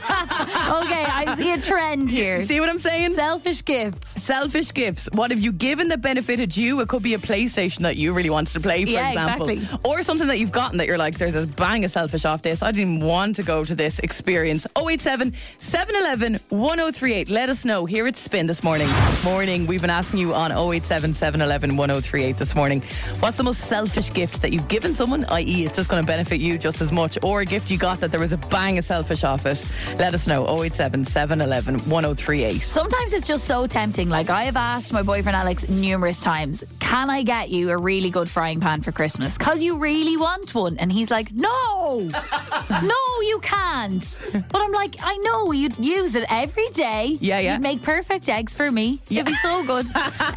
Speaker 5: Okay, I see a trend here.
Speaker 3: See what I'm saying?
Speaker 5: Selfish gifts.
Speaker 3: Selfish gifts. What have you given that benefited you? It could be a PlayStation that you really wanted to play, for
Speaker 5: Yeah,
Speaker 3: example.
Speaker 5: exactly.
Speaker 3: Or something that you've gotten that you're like, there's this bang of selfish off this. I didn't even want to go to this experience. 087 711 1038. Let us know. Here it's Spin this morning. Morning. We've been asking you on 087 711 1038 this morning. What's the most selfish gift that you've given someone, i.e., it's just going to benefit you just as much, or a gift you got that there was a bang of selfish off it? Let us know. 087 711 1038.
Speaker 5: Sometimes it's just so tempting. Like I have asked my boyfriend Alex numerous times, "Can I get you a really good frying pan for Christmas? Cause you really want one." And he's like, "No, no, you can't." But I'm like, "I know you'd use it every day.
Speaker 3: Yeah, yeah.
Speaker 5: You'd make perfect eggs for me. It'd be so good."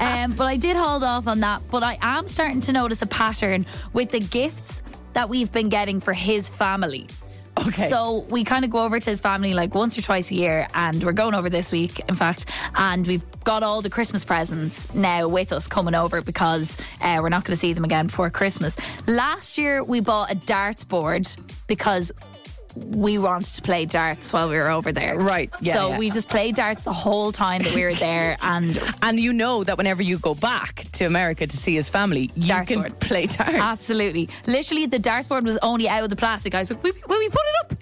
Speaker 5: um, but I did hold off on that. But I am starting to notice a pattern with the gifts that we've been getting for his family.
Speaker 3: Okay.
Speaker 5: So we kind of go over to his family like once or twice a year, and we're going over this week, in fact. And we've got all the Christmas presents now with us coming over because uh, we're not going to see them again before Christmas. Last year, we bought a darts board because we wanted to play darts while we were over there.
Speaker 3: Right, yeah,
Speaker 5: so
Speaker 3: yeah.
Speaker 5: we just played darts the whole time that we were there, and
Speaker 3: And you know that whenever you go back to America to see his family, you
Speaker 5: Darts
Speaker 3: can
Speaker 5: board.
Speaker 3: play darts.
Speaker 5: Uh, Absolutely. Literally, the darts board was only out of the plastic. I was like, will, will we put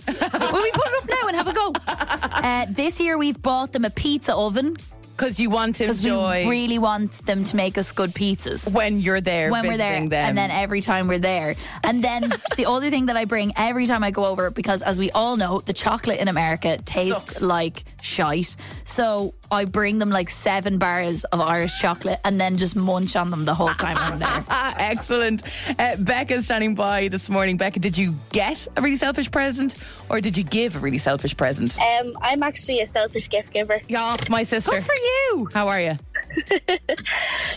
Speaker 5: it up? will we put it up now and have a go? Uh, this year, we've bought them a pizza oven
Speaker 3: Because you want to
Speaker 5: because we
Speaker 3: enjoy
Speaker 5: really want them to make us good pizzas.
Speaker 3: when you're there,
Speaker 5: When we're there,
Speaker 3: visiting them.
Speaker 5: and then every time we're there. And then the other thing that I bring every time I go over, because as we all know, the chocolate in America tastes
Speaker 3: Sucks.
Speaker 5: like shite. So I bring them like seven bars of Irish chocolate and then just munch on them the whole time I'm there.
Speaker 3: Ah, excellent. Uh, Becca's standing by this morning. Becca, did you get a really selfish present or did you give a really selfish present?
Speaker 14: Um, I'm actually a selfish gift giver.
Speaker 3: Yeah, my sister.
Speaker 5: Good Uh, for you.
Speaker 3: How are you?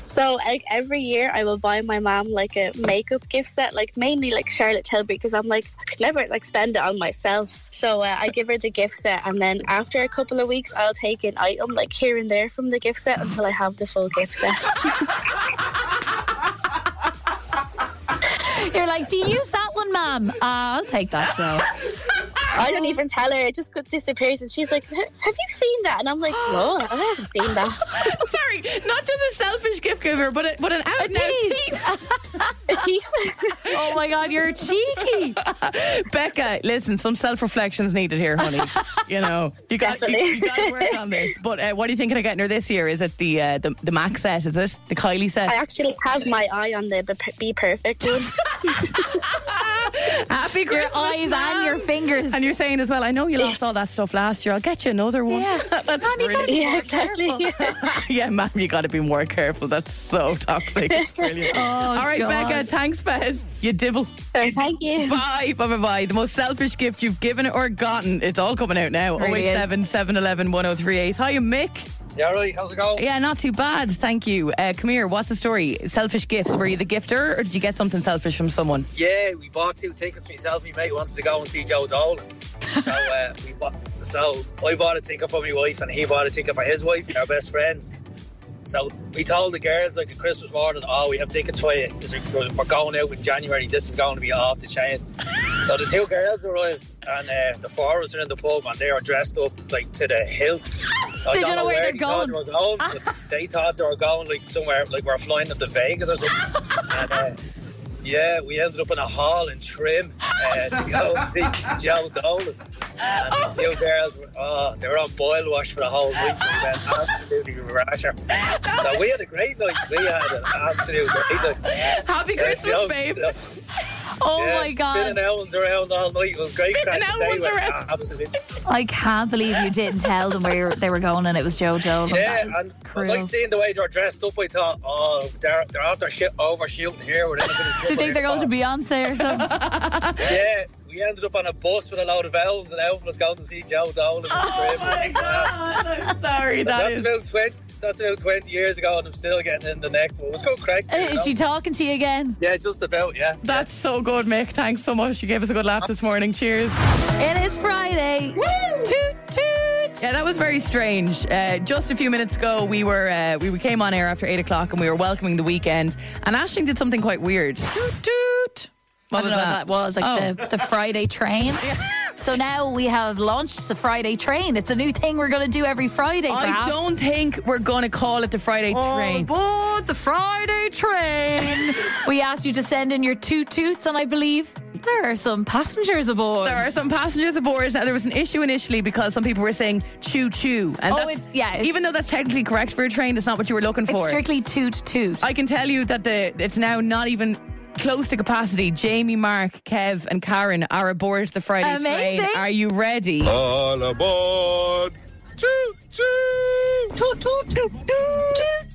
Speaker 14: so like every year I will buy my mom like a makeup gift set, like mainly like Charlotte Tilbury, because I'm like I could never like spend it on myself. So uh, I give her the gift set, and then after a couple of weeks, I'll take an item like here and there from the gift set until I have the full gift set.
Speaker 5: You're like, do you use that one, ma'am? Uh, I'll take that. So
Speaker 14: I don't even tell her; it just disappears, and she's like, "Have you seen that?" And I'm like, "No, I haven't seen that."
Speaker 3: Sorry, not just a selfish gift giver, but a, but an out and out thief.
Speaker 5: oh my God, you're cheeky,
Speaker 3: Becca. Listen, some self reflections needed here, honey. You know, you got you,
Speaker 14: Definitely.
Speaker 3: you got to work on this. But uh, what are you thinking of getting her this year? Is it the uh, the the Mac set? Is it the Kylie set?
Speaker 14: I actually have my eye on the Be- Be Perfect one.
Speaker 3: Happy
Speaker 14: Your
Speaker 3: Christmas,
Speaker 14: eyes and
Speaker 3: ma'am.
Speaker 14: your fingers.
Speaker 3: And you're saying as well, I know you lost all that stuff last year. I'll get you another one.
Speaker 5: Yeah.
Speaker 3: that's
Speaker 5: Ma'am, you gotta be
Speaker 3: brilliant.
Speaker 5: more careful.
Speaker 3: yeah, ma'am, you got to be more careful. That's so toxic. It's brilliant.
Speaker 5: Oh,
Speaker 3: All right,
Speaker 5: God.
Speaker 3: Becca, thanks, Beth. You divil.
Speaker 14: Thank you.
Speaker 3: Bye, bye, bye, bye. The most selfish gift you've given or gotten. It's all coming out now.
Speaker 15: Really is.
Speaker 3: 087 711 1038. Hiya, Mick.
Speaker 15: Yeah, right. How's it going?
Speaker 3: Yeah, not too bad. Thank you. Uh, come here. What's the story? Selfish gifts. Were you the gifter or did you get something selfish from someone?
Speaker 15: Yeah, we bought two tickets myself. My mate wanted to go and see Joe Dolan. So, uh, we bought, so I bought a ticket for my wife and he bought a ticket for his wife. They're best friends. So we told the girls like a Christmas morning, oh, we have tickets for you. 'Cause We're we're going out in January. This is going to be off the chain. so the two girls arrived and uh, the four of us are in the pub and they are dressed up like to the hilt. I
Speaker 5: They don't know "Oh, where they're
Speaker 15: they thought they were going, but they thought they were going like somewhere like we're flying up to Vegas or something. and, uh, yeah, we ended up in a hall in Trim uh, to go and see Joe Dolan. And the two girls, were, oh, they were on boil wash for the whole week. They went absolutely rasher. So we had a great night. We had an absolute great night.
Speaker 3: Happy
Speaker 15: Yeah,
Speaker 3: Christmas,
Speaker 15: Joe-
Speaker 3: babe.
Speaker 5: Oh
Speaker 15: yeah,
Speaker 5: my God.
Speaker 15: Spinning Elms around all night. It was great.
Speaker 5: Spinning
Speaker 15: crack. They
Speaker 5: Elms
Speaker 15: were
Speaker 5: around.
Speaker 15: Absolutely.
Speaker 5: I can't believe you didn't tell them where you were- they were going, and it was JoJo.
Speaker 15: Yeah, and I like seeing the way they're dressed up. I thought, oh, they're, they're out there shit overshooting here. With
Speaker 5: Do you think they're going to Beyonce or something?
Speaker 15: yeah, we ended up on a bus with a load of elves, and Elf was going to see Joe Dolan. Oh my
Speaker 3: god! I'm sorry, that
Speaker 15: that's
Speaker 3: is-
Speaker 15: about twenty. That's about twenty years ago, and I'm still getting in the neck. But it was good crack.
Speaker 5: Uh, Is she
Speaker 15: you know?
Speaker 5: talking to you again?
Speaker 15: yeah, just about. Yeah.
Speaker 3: That's so good, Mick. Thanks so much. You gave us a good laugh this morning. Cheers.
Speaker 5: It is Friday. Woo! Toot toot.
Speaker 3: Yeah, that was very strange. Uh, just a few minutes ago, we were uh, we came on air after eight o'clock, and we were welcoming the weekend. And Ashling did something quite weird. Toot toot.
Speaker 5: I don't know what that was, like the, the Friday train. So now we have launched the Friday train. It's a new thing we're going to do every Friday.
Speaker 3: I
Speaker 5: perhaps.
Speaker 3: don't think we're going to call it the Friday
Speaker 5: All
Speaker 3: train.
Speaker 5: aboard the Friday train. we asked you to send in your two toots, and I believe there are some passengers aboard.
Speaker 3: There are some passengers aboard. Now, there was an issue initially because some people were saying choo choo. And
Speaker 5: Oh,
Speaker 3: that's-
Speaker 5: it's- yeah, it's-
Speaker 3: even though that's technically correct for a train, it's not what you were looking
Speaker 5: It's
Speaker 3: for.
Speaker 5: strictly toot toot.
Speaker 3: I can tell you that the it's now not even close to capacity. Jamie, Mark, Kev, and Karen are aboard the Friday
Speaker 5: Amazing.
Speaker 3: train. Are you ready?
Speaker 16: All aboard.
Speaker 3: Choo choo. Choo choo choo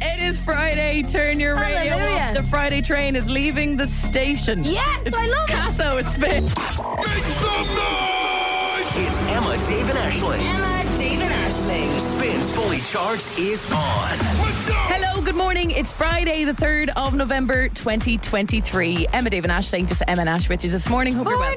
Speaker 3: It is Friday. Turn your radio
Speaker 5: Hallelujah.
Speaker 3: off. The Friday train is leaving the station.
Speaker 5: Yes,
Speaker 3: it's
Speaker 5: I love it.
Speaker 3: Casso, it. It's Fitz.
Speaker 1: It's Emma, Dave, and Ashling. Emma, Dave, and Ashling. Spins Fully Charged is on.
Speaker 3: Hello, good morning. It's Friday, the 3rd of November, 2023. Emma, Dave, and Ashling, just Emma and Ash with you this morning. Hope you're well.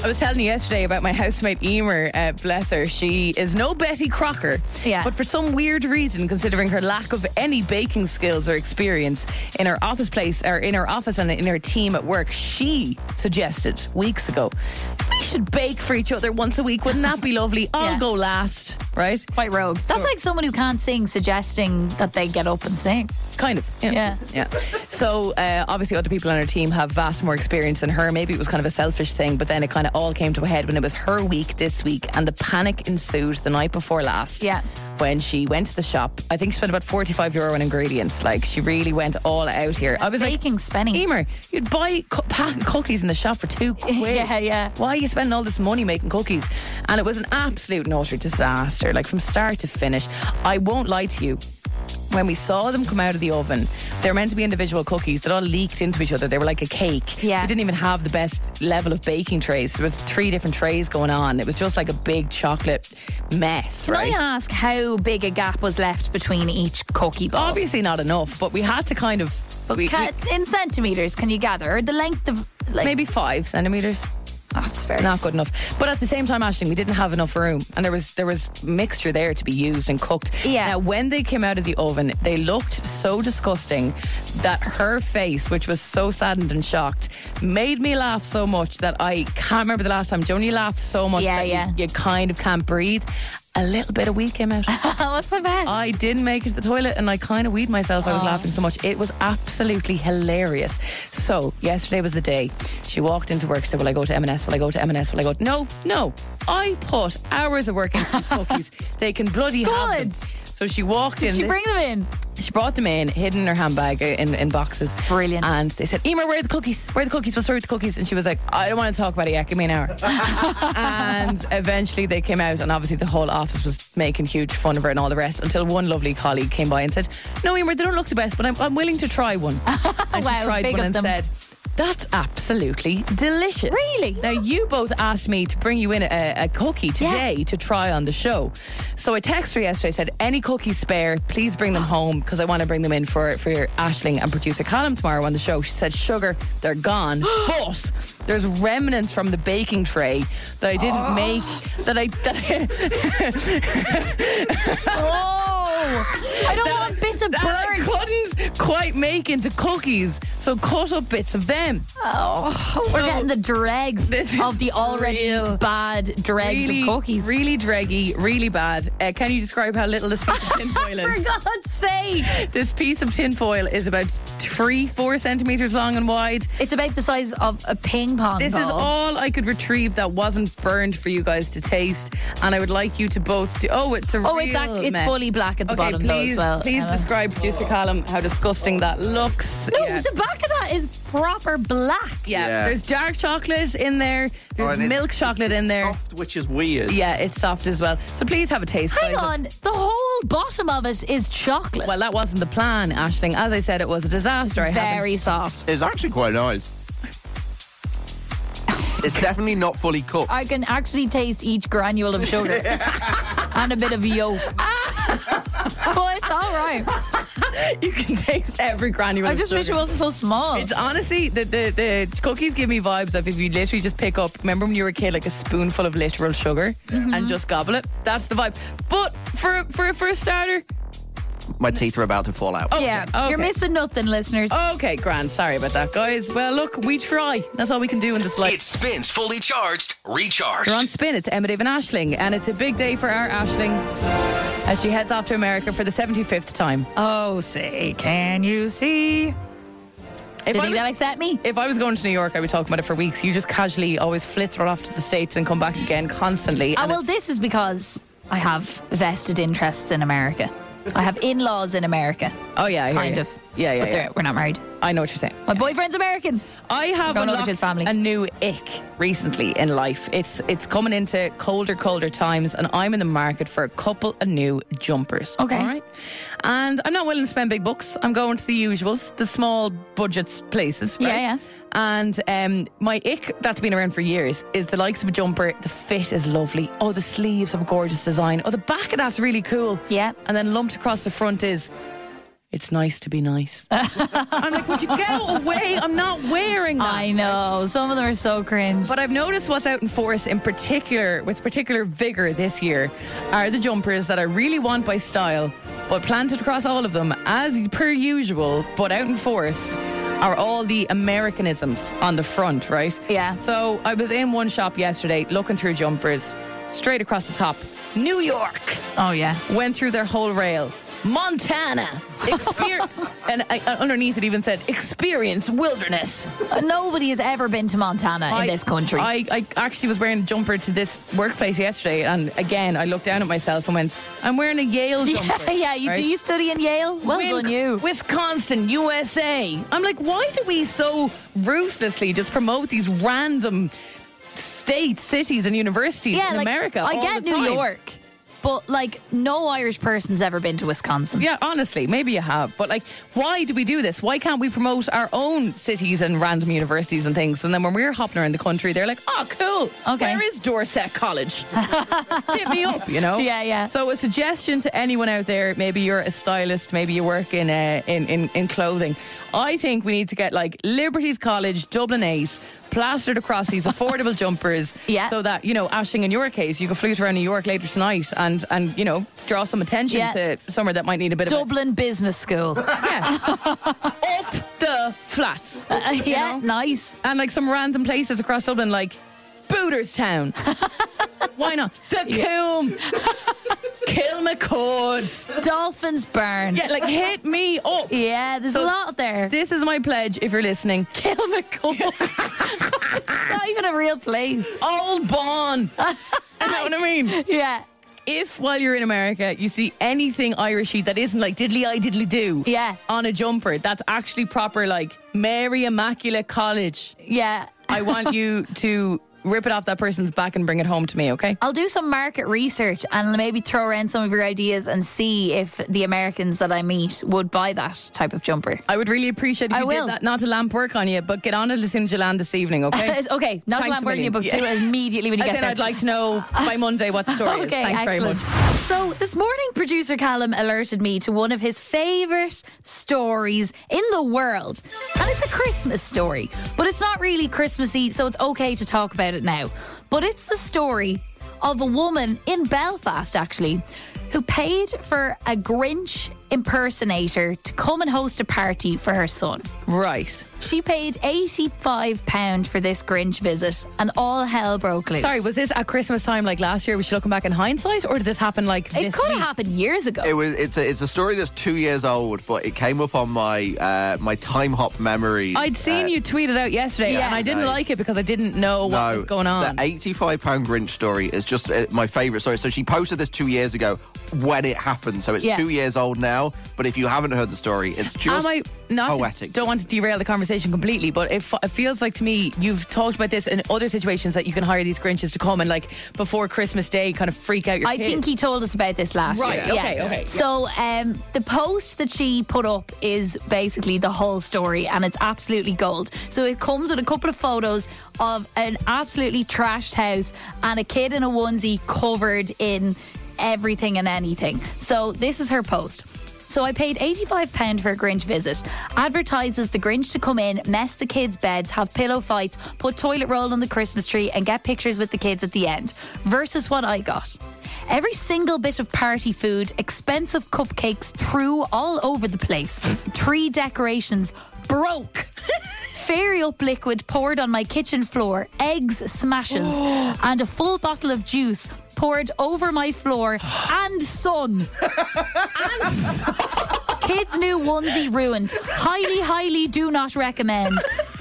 Speaker 3: I was telling you yesterday about my housemate Emer, uh, bless her. She is no Betty Crocker. Yeah. But for some weird reason, considering her lack of any baking skills or experience in her office place, or in her office and in her team at work, she suggested weeks ago, we should bake for each other once a week. Wouldn't that be lovely? I'll
Speaker 5: Yeah.
Speaker 3: go last, right?
Speaker 5: Quite rogue. That's like someone who can't sing suggesting that they get up and sing.
Speaker 3: Kind of. Yeah.
Speaker 5: Yeah.
Speaker 3: Yeah. So uh, obviously, other people on her team have vast more experience than her. Maybe it was kind of a selfish thing, but then it kind of all came to a head when it was her week this week, and the panic ensued the night before last. Yeah. When she went to the shop, I think she spent about forty-five euro on ingredients. Like she really went all out here. I was
Speaker 5: baking
Speaker 3: like,
Speaker 5: spenny.
Speaker 3: Emer, you'd buy cu- pack cookies in the shop for two quid. yeah,
Speaker 5: yeah.
Speaker 3: Why are you spending all this money making cookies? And it was an absolute and utter disaster, like from start to finish. I won't lie to you. when we saw them come out of the oven, they were meant to be individual cookies that all leaked into each other. They were like a cake. Yeah. We didn't even have the best level of baking trays. There was three different trays going on. It was just like a big chocolate mess,
Speaker 5: Can
Speaker 3: right?
Speaker 5: I ask how big a gap was left between each cookie bowl?
Speaker 3: Obviously not enough, but we had to kind of.
Speaker 5: But
Speaker 3: we-
Speaker 5: ca- in centimeters, can you gather? Or the length of. Like, oh,
Speaker 3: Maybe five centimeters.
Speaker 5: That's fair.
Speaker 3: Not good enough. But at the same time, Ashton, we didn't have enough room, and there was there was mixture there to be used and cooked. Yeah. Now, when they came out of the oven, they looked so disgusting that her face, which was so saddened and shocked, made me laugh so much that I can't remember the last time. Joni laughed so much that you- You, kind of can't breathe. A little bit of wee came out.
Speaker 5: What's the best?
Speaker 3: I didn't make it to the toilet and I kind of weed myself.
Speaker 5: Ah.
Speaker 3: I was laughing so much. It was absolutely hilarious. So yesterday was the day she walked into work. She said, "Will I go to M&S? Will I go to M&S? Will I go?" To-? No, no. I put hours of work into these cookies. They can bloody have them. So she walked
Speaker 5: Did
Speaker 3: in.
Speaker 5: she
Speaker 3: this-
Speaker 5: bring them in?
Speaker 3: She brought them in, hidden in her handbag uh, in, in boxes. Brilliant. And they said, Emer, where are the cookies? Where are the cookies? What's wrong with the cookies? And she was like, I don't want to talk about it yet. Give me an hour. and eventually they came out, and obviously the whole office was making huge fun of her and all the rest until one lovely colleague came by and said, No, Emer, they don't look the best, but I'm, I'm willing to try one. and
Speaker 5: Wow,
Speaker 3: she tried
Speaker 5: big
Speaker 3: one
Speaker 5: of
Speaker 3: and
Speaker 5: them.
Speaker 3: said, that's absolutely delicious. Really? Now, you both asked me to bring you in a, a cookie today to try on the show. So I texted her yesterday, said, Any cookies spare, please bring them home because I want to bring them in for, for Ashling and producer Colin tomorrow on the show. She said, Sugar, they're gone. but there's remnants from the baking tray that I didn't make that I. That
Speaker 5: oh! I don't want bits of
Speaker 3: that I couldn't quite make into cookies. So cut up bits of them.
Speaker 5: Oh, we're getting the dregs of the already bad dregs
Speaker 3: really,
Speaker 5: of cookies.
Speaker 3: Really dreggy, really bad. Uh, can you describe how little this piece of tinfoil is?
Speaker 5: For God's sake!
Speaker 3: This piece of tinfoil is about three, four centimetres long and wide.
Speaker 5: It's about the size of a ping pong
Speaker 3: This is
Speaker 5: ball.
Speaker 3: all I could retrieve that wasn't burned for you guys to taste, and I would like you to both. Do, oh, it's a
Speaker 5: Oh,
Speaker 3: real
Speaker 5: it's ac- it's
Speaker 3: mess.
Speaker 5: fully black at the
Speaker 3: okay,
Speaker 5: bottom
Speaker 3: please,
Speaker 5: though as well,
Speaker 3: Please
Speaker 5: Emma.
Speaker 3: describe, producer Callum, how disgusting that looks.
Speaker 5: No,
Speaker 3: Yeah.
Speaker 5: the back of that is proper black.
Speaker 3: Yeah.
Speaker 6: Yeah.
Speaker 3: there's dark chocolate in there.
Speaker 6: Oh,
Speaker 3: There's
Speaker 6: and it's-
Speaker 3: milk chocolate in there.
Speaker 6: which is weird.
Speaker 3: Yeah, it's soft as well. So please have a taste.
Speaker 5: Hang
Speaker 3: guys.
Speaker 5: on, the whole bottom of it is chocolate.
Speaker 3: Well, that wasn't the plan, Ashling. As I said, it was a disaster. I haven't-
Speaker 5: Very soft.
Speaker 6: It's actually quite nice. it's definitely not fully cooked.
Speaker 5: I can actually taste each granule of sugar and a bit of yolk. well, it's all right.
Speaker 3: you can taste every granule.
Speaker 5: I
Speaker 3: of
Speaker 5: just wish it
Speaker 3: sugar.
Speaker 5: wasn't so small.
Speaker 3: It's honestly the, the the cookies give me vibes of if you literally just pick up. Remember when you were a kid, like a spoonful of literal sugar and just gobble it. That's the vibe. But for for for a starter,
Speaker 6: My teeth are about to fall out.
Speaker 5: yeah,
Speaker 3: okay. Oh.
Speaker 5: you're missing nothing, listeners.
Speaker 3: okay, grand. Sorry about that, guys. Well, look, we try. That's all we can do in this life.
Speaker 1: It spins fully charged, recharged.
Speaker 3: You're on spin. It's Emma Dave and Ashling, and it's a big day for our Ashling as she heads off to America for the 75th time.
Speaker 5: Oh, say, can you see?
Speaker 3: If
Speaker 5: Do you
Speaker 3: I
Speaker 5: think
Speaker 3: was-
Speaker 5: that upset me?
Speaker 3: If I was going to New York, I would talk about it for weeks. You just casually always flit right off to the States and come back again constantly.
Speaker 5: Ah,
Speaker 3: and
Speaker 5: well,
Speaker 3: it's-
Speaker 5: this is because I have vested interests in America. I have in laws in America.
Speaker 3: oh, yeah, I hear
Speaker 5: kind
Speaker 3: you.
Speaker 5: of.
Speaker 3: Yeah, yeah,
Speaker 5: But they're-
Speaker 3: yeah. Ah,
Speaker 5: we're not married.
Speaker 3: I know what you're saying.
Speaker 5: My boyfriend's American.
Speaker 3: I have
Speaker 5: Going over to his
Speaker 3: unlocked
Speaker 5: family.
Speaker 3: a new ick recently in life. It's it's coming into colder, colder times, and I'm in the market for a couple of new jumpers.
Speaker 5: Okay.
Speaker 3: all right. And I'm not willing to spend big bucks. I'm going to the usuals, the small budgets places. Right?
Speaker 5: Yeah, yeah.
Speaker 3: And um, my ick that's been around for years is the likes of a jumper. The fit is lovely. Oh, the sleeves have a gorgeous design. Oh, the back of that's really cool.
Speaker 5: Yeah.
Speaker 3: And then lumped across the front is. It's nice to be nice. I'm like, would you go away? I'm not wearing that.
Speaker 5: I know. Some of them are so cringe.
Speaker 3: But I've noticed what's out in force in particular, with particular vigor this year, are the jumpers that I really want by style, but planted across all of them, as per usual, but out in force. Are all the Americanisms on the front, right?
Speaker 5: Yeah.
Speaker 3: So I was in one shop yesterday looking through jumpers, straight across the top, New York
Speaker 5: oh, yeah.
Speaker 3: went through their whole rail. Montana, Exper- and I, uh, underneath it even said experience wilderness.
Speaker 5: Uh, Nobody has ever been to Montana in this country.
Speaker 3: I, I actually was wearing a jumper to this workplace yesterday, and again, I looked down at myself and went, "I'm wearing a Yale jumper."
Speaker 5: yeah, yeah. You,
Speaker 3: right?
Speaker 5: Do you study in Yale? Well
Speaker 3: Win-
Speaker 5: done, you.
Speaker 3: Wisconsin, USA. I'm like, why do we so ruthlessly just promote these random states, cities, and universities in
Speaker 5: like,
Speaker 3: America?
Speaker 5: I
Speaker 3: all
Speaker 5: get
Speaker 3: the
Speaker 5: New
Speaker 3: time?
Speaker 5: York. But like, no Irish person's ever been to Wisconsin.
Speaker 3: Yeah, honestly, maybe you have. But like, why do we do this? Why can't we promote our own cities and random universities and things? And then when we're hopping around the country, they're like, oh, cool. Okay. Where is Dorset College? Hit me up, you know?
Speaker 5: Yeah, yeah.
Speaker 3: So a suggestion to anyone out there, maybe you're a stylist, maybe you work in, uh, in, in, in clothing. I think we need to get like Liberty's College, Dublin 8, plastered across these affordable jumpers.
Speaker 5: Yeah.
Speaker 3: So that, you know, Ashing, in your case, you can flute around New York later tonight and, and you know, draw some attention
Speaker 5: Yeah.
Speaker 3: to somewhere that might need a bit of a
Speaker 5: Dublin Business School.
Speaker 3: the flats.
Speaker 5: yeah, nice.
Speaker 3: And like some random places across Dublin, like Booterstown. Why not? The Coombe. Kilmacord.
Speaker 5: Dolphins Burn.
Speaker 3: Yeah, like hit me up.
Speaker 5: Yeah, there's a lot there.
Speaker 3: This is my pledge if you're listening. Kilmacord.
Speaker 5: it's not even a real place.
Speaker 3: Old Bon. you know what I mean?
Speaker 5: Yeah.
Speaker 3: If while you're in America you see anything Irishy that isn't like diddly I diddly do,
Speaker 5: yeah,
Speaker 3: on a jumper that's actually proper like Mary Immaculate College,
Speaker 5: yeah,
Speaker 3: I want you to rip it off that person's back and bring it home to me, okay?
Speaker 5: I'll do some market research and maybe throw around some of your ideas and see if the Americans that I meet would buy that type of jumper.
Speaker 3: I would really appreciate if
Speaker 5: I
Speaker 3: you
Speaker 5: will.
Speaker 3: did that. Not to lamp work on you, but get on it as soon as you land this evening, okay?
Speaker 5: It's okay. Not to
Speaker 3: Thanks a
Speaker 5: land work on you, but
Speaker 3: million.
Speaker 5: do it immediately when you
Speaker 3: And
Speaker 5: get
Speaker 3: then
Speaker 5: there.
Speaker 3: I'd like to know by Monday what the story is.
Speaker 5: Okay,
Speaker 3: Thanks very
Speaker 5: excellent.
Speaker 3: much.
Speaker 5: So this morning, producer Callum alerted me to one of his favourite stories in the world, and it's a Christmas story, but it's not really Christmassy, so it's okay to talk about it now. But it's the story of a woman in Belfast, actually, who paid for a Grinch impersonator to come and host a party for her son.
Speaker 3: Right.
Speaker 5: She paid £85 for this Grinch visit, and all hell broke loose.
Speaker 3: Sorry, was this at Christmas time like last year? Was she looking back in hindsight, or did this happen like
Speaker 5: It could have happened years ago.
Speaker 6: It was. It's a. It's a story that's two years old, but it came up on my uh, my time hop memories.
Speaker 3: I'd seen
Speaker 6: Uh,
Speaker 3: you tweet it out yesterday,
Speaker 6: Yeah.
Speaker 3: and I didn't
Speaker 6: Right.
Speaker 3: like it because I didn't know what
Speaker 6: no,
Speaker 3: was going on.
Speaker 6: The eighty-five pound Grinch story is just uh, my favorite story. So she posted this two years ago when it happened. So it's
Speaker 3: Yeah.
Speaker 6: two years old now. But if you haven't heard the story, it's just
Speaker 3: Am I not
Speaker 6: poetic.
Speaker 3: Don't want to derail the conversation completely, but it, f- it feels like to me you've talked about this in other situations that you can hire these Grinches to come and like before Christmas Day, kind of freak out your.
Speaker 5: I think he told us about this last
Speaker 3: Right,
Speaker 5: year.
Speaker 3: okay, okay, yeah.
Speaker 5: So um, the post that she put up is basically the whole story, and it's absolutely gold. So it comes with a couple of photos of an absolutely trashed house and a kid in a onesie covered in everything and anything. So this is her post. So I paid £85 for a Grinch visit. Advertises the Grinch to come in, mess the kids' beds, have pillow fights, put toilet roll on the Christmas tree, and get pictures with the kids at the end. Versus what I got. Every single bit of party food, expensive cupcakes threw all over the place, tree decorations broke. Fairy up liquid poured on my kitchen floor, eggs smashes, and a full bottle of juice poured over my floor and sun. Kids' new onesie ruined. Highly, highly do not recommend.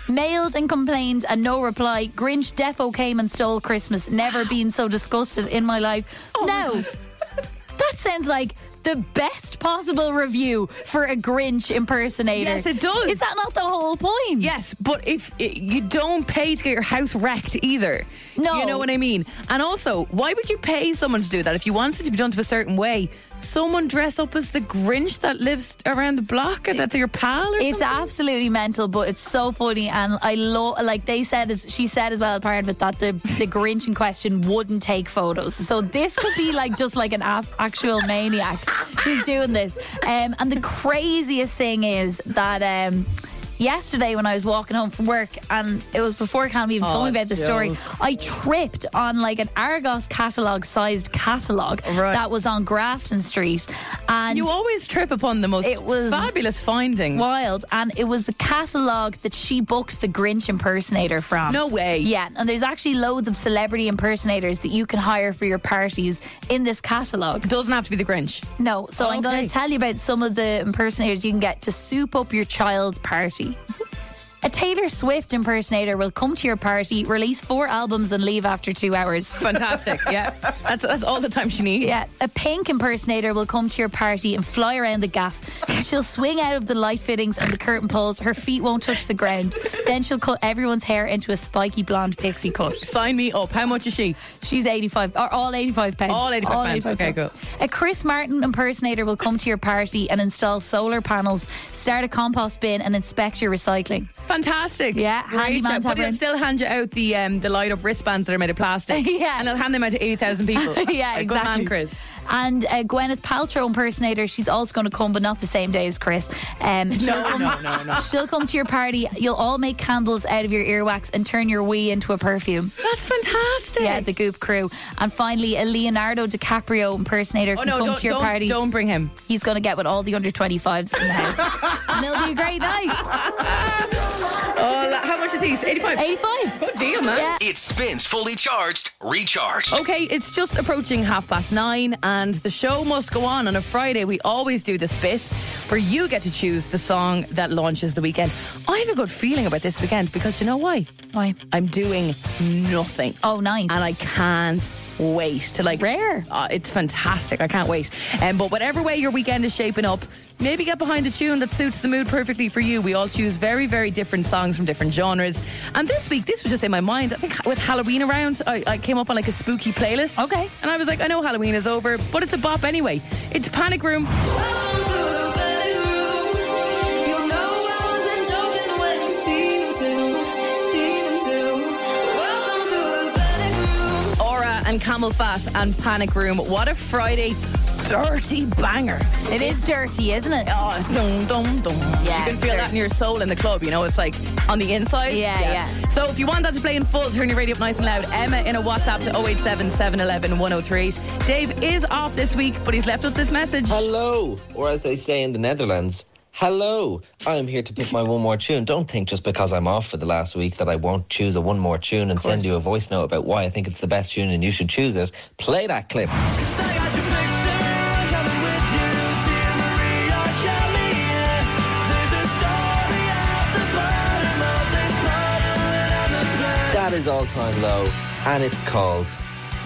Speaker 5: Mailed and complained and no reply. Grinch defo came and stole Christmas. Never been so disgusted in my life.
Speaker 3: Oh
Speaker 5: now, that sounds like the best possible review for a Grinch impersonator.
Speaker 3: Yes, it does.
Speaker 5: Is that not the whole point?
Speaker 3: Yes, but if i you don't pay to get your house wrecked either,
Speaker 5: No.
Speaker 3: you know what I mean. And also, why would you pay someone to do that if you want it to be done to a certain way? Someone dress up as the Grinch that lives around the block, or that's your pal, or
Speaker 5: It's absolutely mental, but it's so funny, and I love. Like they said, as she said as well, part of it that the the Grinch in question wouldn't take photos. So this could be like just like an ap- actual maniac who's doing this. Um, and the craziest thing is that. Um, Yesterday, when I was walking home from work, and it was before Callum even told
Speaker 12: Oh,
Speaker 5: me about the story,
Speaker 12: joke.
Speaker 5: I tripped on like an Argos catalog sized catalog that was on Grafton Street. And
Speaker 3: you always trip upon the most
Speaker 5: it was
Speaker 3: fabulous findings.
Speaker 5: Wild. And it was the catalogue that she booked the Grinch impersonator from.
Speaker 3: No way.
Speaker 5: Yeah. And there's actually loads of celebrity impersonators that you can hire for your parties in this catalogue.
Speaker 3: doesn't have to be the Grinch.
Speaker 5: No. So I'm going to tell you about some of the impersonators you can get to soup up your child's party. A Taylor Swift impersonator will come to your party, release four albums, and leave after two hours.
Speaker 3: Fantastic. Yeah. That's that's all the time she needs.
Speaker 5: Yeah. A pink impersonator will come to your party and fly around the gaff, She'll swing out of the light fittings and the curtain pulls. Her feet won't touch the ground. Then she'll cut everyone's hair into a spiky blonde pixie cut.
Speaker 3: Sign me up. How much is she?
Speaker 5: She's 85, or all 85 pounds.
Speaker 3: All 85 pounds. Okay,
Speaker 5: A Chris Martin impersonator will come to your party and install solar panels, start a compost bin, and inspect your recycling.
Speaker 3: Fantastic. Yeah,
Speaker 5: handyman
Speaker 3: But he'll
Speaker 5: tavern.
Speaker 3: still hand you out the um, the light up wristbands that are made of plastic. yeah, and I'll hand them out to eighty thousand people.
Speaker 5: yeah,
Speaker 3: A
Speaker 5: exactly.
Speaker 3: good man, Chris.
Speaker 5: And uh, Gwyneth Paltrow impersonator, she's also going to come, but not the same day as Chris. Um, she'll
Speaker 3: No,
Speaker 5: come-
Speaker 3: no, no, no.
Speaker 5: She'll come to your party. You'll all make candles out of your earwax and turn your wee into a perfume.
Speaker 3: That's fantastic.
Speaker 5: Yeah, the Goop crew. And finally, a Leonardo DiCaprio impersonator
Speaker 3: Oh,
Speaker 5: can
Speaker 3: no,
Speaker 5: come
Speaker 3: don't-
Speaker 5: to your
Speaker 3: don't-
Speaker 5: party.
Speaker 3: don't bring him.
Speaker 5: He's going to get with all the under 25s in the house. and it'll be a great night.
Speaker 3: Oh, la- how much is these? 85.
Speaker 5: 85.
Speaker 3: Good deal, man.
Speaker 1: It spins fully charged, recharged.
Speaker 3: Okay, it's just approaching half past nine, and the show must go on. On a Friday, we always do this bit where you get to choose the song that launches the weekend. I have a good feeling about this weekend because you know why?
Speaker 5: Why?
Speaker 3: I'm doing nothing.
Speaker 5: Oh, nice.
Speaker 3: And I can't wait to like.
Speaker 5: Rare.
Speaker 3: Uh, it's fantastic. I can't wait. Um, but whatever way your weekend is shaping up, maybe get behind a tune that suits the mood perfectly for you. We all choose very, very different songs from different genres. And this week, this was just in my mind. I think with Halloween around, I, I came up on like a spooky playlist. Okay. And I was like, I know Halloween is over, but it's a bop anyway. It's Panic Room. Aura and Camel Fat and Panic Room. What a Friday dirty banger.
Speaker 5: It is dirty, isn't it?
Speaker 3: Oh, dum, dum, dum.
Speaker 5: Yeah,
Speaker 3: You can feel
Speaker 5: it's
Speaker 3: that in your soul in the club, you know? It's like on the inside.
Speaker 5: Yeah, yeah.
Speaker 3: So if you want that to play in full, turn your radio up nice and loud. Emma in a WhatsApp to 087 711 1038. Dave is off this week, but he's left us this message.
Speaker 17: Hello, or as they say in the Netherlands, hello. I am here to pick my one more tune. Don't think just because I'm off for the last week that I won't choose a one more tune and send you a voice note about why I think it's the best tune and you should choose it. Play that clip. That is all time low, and it's called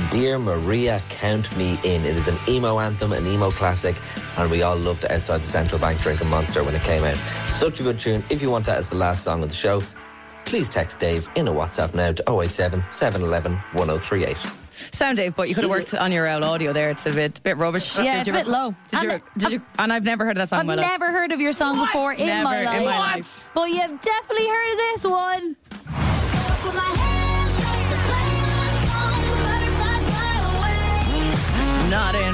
Speaker 17: Dear Maria, Count Me In. It is an emo anthem, an emo classic, and we all loved it outside the Central Bank drinking Monster when it came out. Such a good tune. If you want that as the last song of the show, please text Dave in a WhatsApp now to 087 711 1038.
Speaker 3: Sound Dave, but you could have worked on your own audio there. It's a bit, bit rubbish.
Speaker 5: Yeah,
Speaker 3: Did
Speaker 5: it's
Speaker 3: you
Speaker 5: a bit
Speaker 3: rec-
Speaker 5: low.
Speaker 3: Did you,
Speaker 5: And
Speaker 3: rec- did you, and I've never heard of that song
Speaker 5: I've
Speaker 3: in my life.
Speaker 5: never heard of your song before in,
Speaker 3: Never
Speaker 5: my
Speaker 3: in
Speaker 5: life.
Speaker 3: my life.
Speaker 5: But you have definitely heard of this one.
Speaker 3: Not in.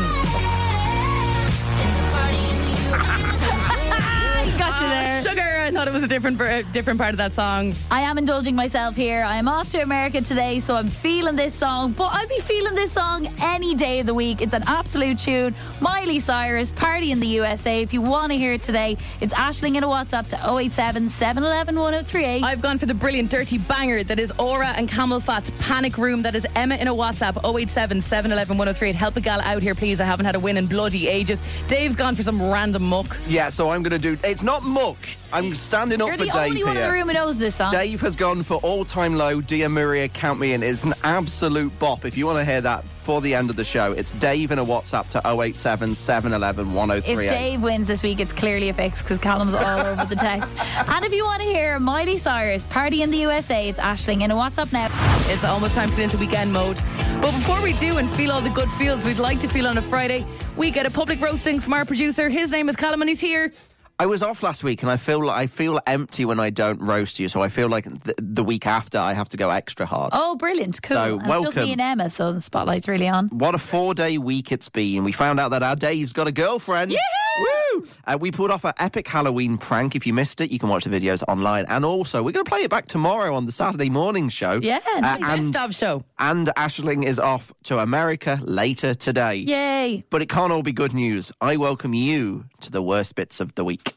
Speaker 5: Got you there.
Speaker 3: Sugar. I thought it was a different, ver- uh, different part of that song.
Speaker 5: I am indulging myself here. I am off to America today, so I'm feeling this song, but I'll be feeling this song any day of the week. It's an absolute tune. Miley Cyrus, Party in the USA. If you want to hear it today, it's Ashling in a WhatsApp to 087 711 1038.
Speaker 3: I've gone for the brilliant dirty banger that is Aura and Camel Fat's Panic Room. That is Emma in a WhatsApp 087 711 103. Help a gal out here, please. I haven't had a win in bloody ages. Dave's gone for some random muck.
Speaker 6: Yeah, so I'm going to do. It's not muck. I'm standing up
Speaker 5: You're
Speaker 6: for
Speaker 5: the
Speaker 6: Dave
Speaker 5: only one in
Speaker 6: here.
Speaker 5: the room who knows this song.
Speaker 6: Dave has gone for all time low. Dear Maria, count me in. It's an absolute bop. If you want to hear that for the end of the show, it's Dave in a WhatsApp to 087 711
Speaker 5: If
Speaker 6: 1038.
Speaker 5: Dave wins this week, it's clearly a fix because Callum's all over the text. And if you want to hear Miley Cyrus, Party in the USA, it's Ashling in a WhatsApp now.
Speaker 3: It's almost time to get into weekend mode. But before we do and feel all the good feels we'd like to feel on a Friday, we get a public roasting from our producer. His name is Callum and he's here.
Speaker 6: I was off last week and I feel like I feel empty when I don't roast you, so I feel like th- the week after I have to go extra hard.
Speaker 5: Oh, brilliant. Cool.
Speaker 6: So,
Speaker 5: And It's just
Speaker 6: welcome.
Speaker 5: me and Emma, so the spotlight's really on.
Speaker 6: What a four day week it's been. We found out that our Dave's got a girlfriend. Woo! Uh, we pulled off our epic Halloween prank. If you missed it, you can watch the videos online. And also, we're going to play it back tomorrow on the Saturday morning show. Uh,
Speaker 5: Yeah, nice.
Speaker 3: Best of show.
Speaker 6: And Ashling is off to America later today.
Speaker 5: Yay.
Speaker 6: But it can't all be good news. I welcome you to the worst bits of the week.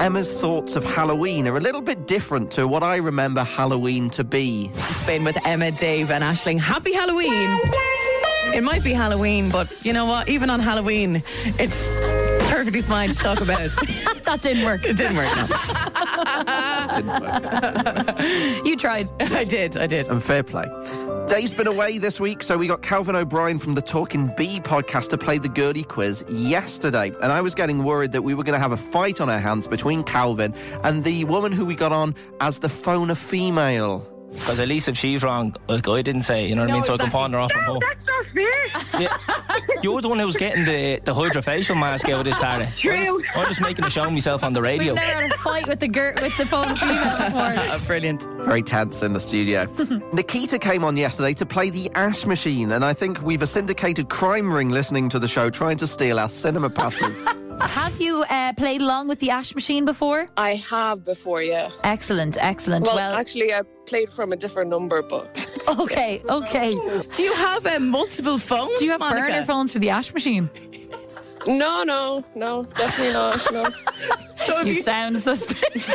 Speaker 6: Emma's thoughts of Halloween are a little bit different to what I remember Halloween to be.
Speaker 3: It's been with Emma, Dave, and Ashling. Happy Halloween! It might be Halloween, but you know what? Even on Halloween, it's perfectly fine to talk about.
Speaker 5: that didn't work.
Speaker 3: It didn't work. no.
Speaker 5: you tried.
Speaker 3: I did. I did.
Speaker 6: And fair play. Dave's been away this week, so we got Calvin O'Brien from the Talking Bee podcast to play the Gertie quiz yesterday. And I was getting worried that we were going to have a fight on our hands between Calvin and the woman who we got on as the phoner female.
Speaker 18: Because at least if she's wrong, like I didn't say, you know what I mean? So I can pawn her off and home. You're the one who was getting the, the hydrofacial mask out of this, Tara. True. I'm just making a show of myself on the radio.
Speaker 5: We've never had a fight with the gir- with the phone female before.
Speaker 6: Brilliant. Very tense in the studio. Nikita came on yesterday to play the Ash Machine, and I think we've a syndicated crime ring listening to the show trying to steal our cinema passes.
Speaker 5: Have you uh, played along with the ash machine before?
Speaker 19: I have before, yeah.
Speaker 5: Excellent, excellent.
Speaker 19: Well,
Speaker 5: Well,
Speaker 19: actually, I played from a different number, but
Speaker 5: okay, okay.
Speaker 3: Do you have um, multiple phones? Do you have
Speaker 5: burner phones for the ash machine?
Speaker 19: no, no, no, definitely not. No.
Speaker 5: you, sound suspicious.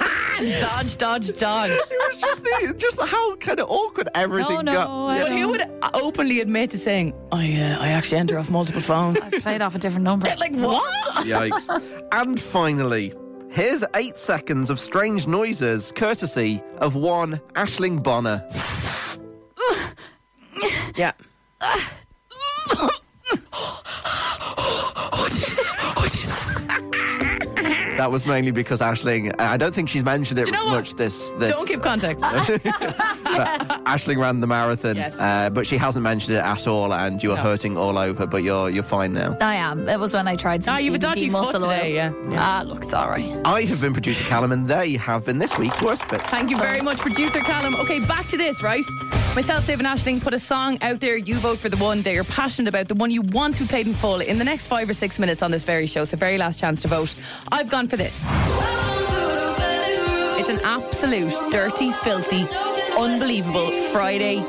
Speaker 3: dodge, dodge, dodge.
Speaker 6: it was just the, just how kind of awkward everything
Speaker 3: no,
Speaker 6: got.
Speaker 3: I But who would openly admit to saying, "I, uh, I actually enter off multiple phones"?
Speaker 5: Played off a different number.
Speaker 3: like what?
Speaker 6: Yikes. and finally, here's eight seconds of strange noises, courtesy of one Ashling Bonner.
Speaker 3: yeah.
Speaker 6: That was mainly because Ashling, I don't think she's mentioned it
Speaker 3: Do you know what?
Speaker 6: much this, this.
Speaker 3: Don't give context.
Speaker 6: But Ashling ran the marathon,
Speaker 5: Yes.
Speaker 6: uh, but she hasn't mentioned it at all, and you are
Speaker 5: No.
Speaker 6: hurting all over, but you're, you're fine now.
Speaker 5: I am. It was when I tried some
Speaker 3: Ah, you have a
Speaker 5: CBD
Speaker 3: dodgy foot
Speaker 5: muscle
Speaker 3: today,
Speaker 5: oil. Ah, look, it's all right.
Speaker 6: I have been producer Callum, and they have been this week's worst bits.
Speaker 3: Thank you very much, producer Callum. Okay, back to this, right? Myself, Dave and Ashling put a song out there. You vote for the one that you're passionate about, the one you want to be played in full in the next five or six minutes on this very show. So, very last chance to vote. I've gone for this. It's an absolute dirty, filthy, unbelievable Friday.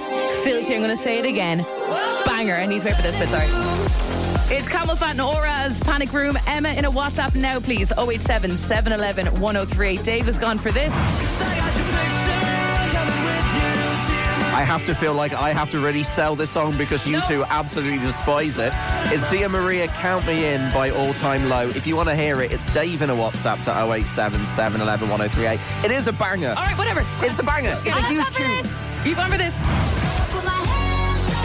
Speaker 3: Filthy, I'm going to say it again. Banger. I need to wait for this bit, sorry. It's Camel Fat and Aura's Panic Room. Emma in a WhatsApp now, please. 087 711 1038. Dave has gone for this.
Speaker 6: I have to feel like I have to really sell this song because you two absolutely despise it. It's Dear Maria Count Me In by All Time Low. If you want to hear it, it's Dave in a WhatsApp to 087 711 1038. It is a banger.
Speaker 3: All right, whatever.
Speaker 6: It's a banger. It's a huge tune.
Speaker 3: You've gone for this.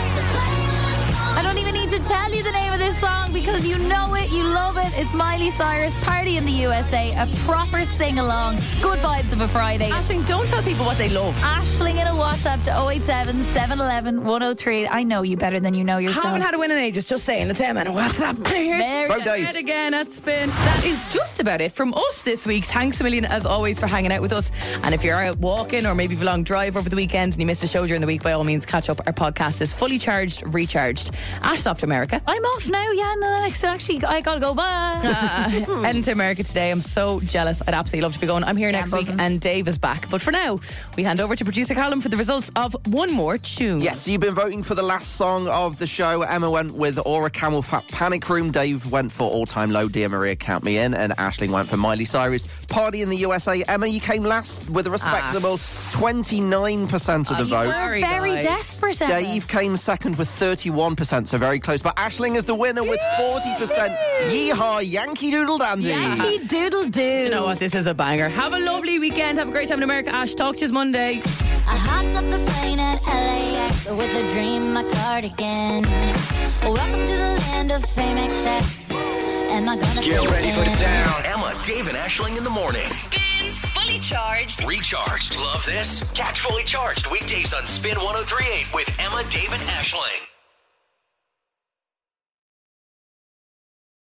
Speaker 5: I don't even need to tell you the name of this song because you know it, you love it. It's Miley Cyrus, Party in the USA, a proper sing along. Good vibes of a Friday.
Speaker 3: Ashling, don't tell people what they love.
Speaker 5: Ashling in a WhatsApp to 087 711 103. I know you better than you know yourself.
Speaker 3: Haven't had a win in ages, just saying. It's Emma and WhatsApp.
Speaker 5: Very
Speaker 3: Here's
Speaker 5: good. Vote Dave.
Speaker 3: Red again at spin. That is just about it from us this week. Thanks a million, as always, for hanging out with us. And if you're out walking or maybe you've a long drive over the weekend and you missed a show during the week, by all means, catch up. Our podcast is fully charged, recharged. Ash off to America.
Speaker 5: I'm off now, yeah, and then I so actually I gotta go bye.
Speaker 3: Uh, heading to America today. I'm so jealous. I'd absolutely love to be going. I'm here next week, and Dave is back. But for now, we hand over to producer Callum for the results of one more tune.
Speaker 6: Yes, you've been voting for the last song of the show. Emma went with Aura Camel Fat Panic Room. Dave went for All Time Low, Dear Maria Count Me In. And Ashling went for Miley Cyrus, Party in the USA. Emma, you came last with a respectable 29% of the vote.
Speaker 5: We're very desperate. Emma.
Speaker 6: Dave came second with 31%, so very close. But Ashling is the winner with 40%. Yeehaw, Yankee Doodle Dandy.
Speaker 5: Yankee Doodle Doo. Do
Speaker 3: you know what? This is a banger. Have a lovely weekend. Have a great time in America. Ash, talk to you Monday.
Speaker 12: I hopped off the plane at LAX with a dream in my cardigan. Welcome to the land of fame excess. Am I gonna
Speaker 1: Get
Speaker 12: fit
Speaker 1: ready for the
Speaker 12: in?
Speaker 1: sound. Emma, Dave, and Ashling in the morning.
Speaker 2: Spins fully charged.
Speaker 1: oh Recharged. Love this? Catch fully charged weekdays on Spin 1038 with Emma, Dave, and Ashling.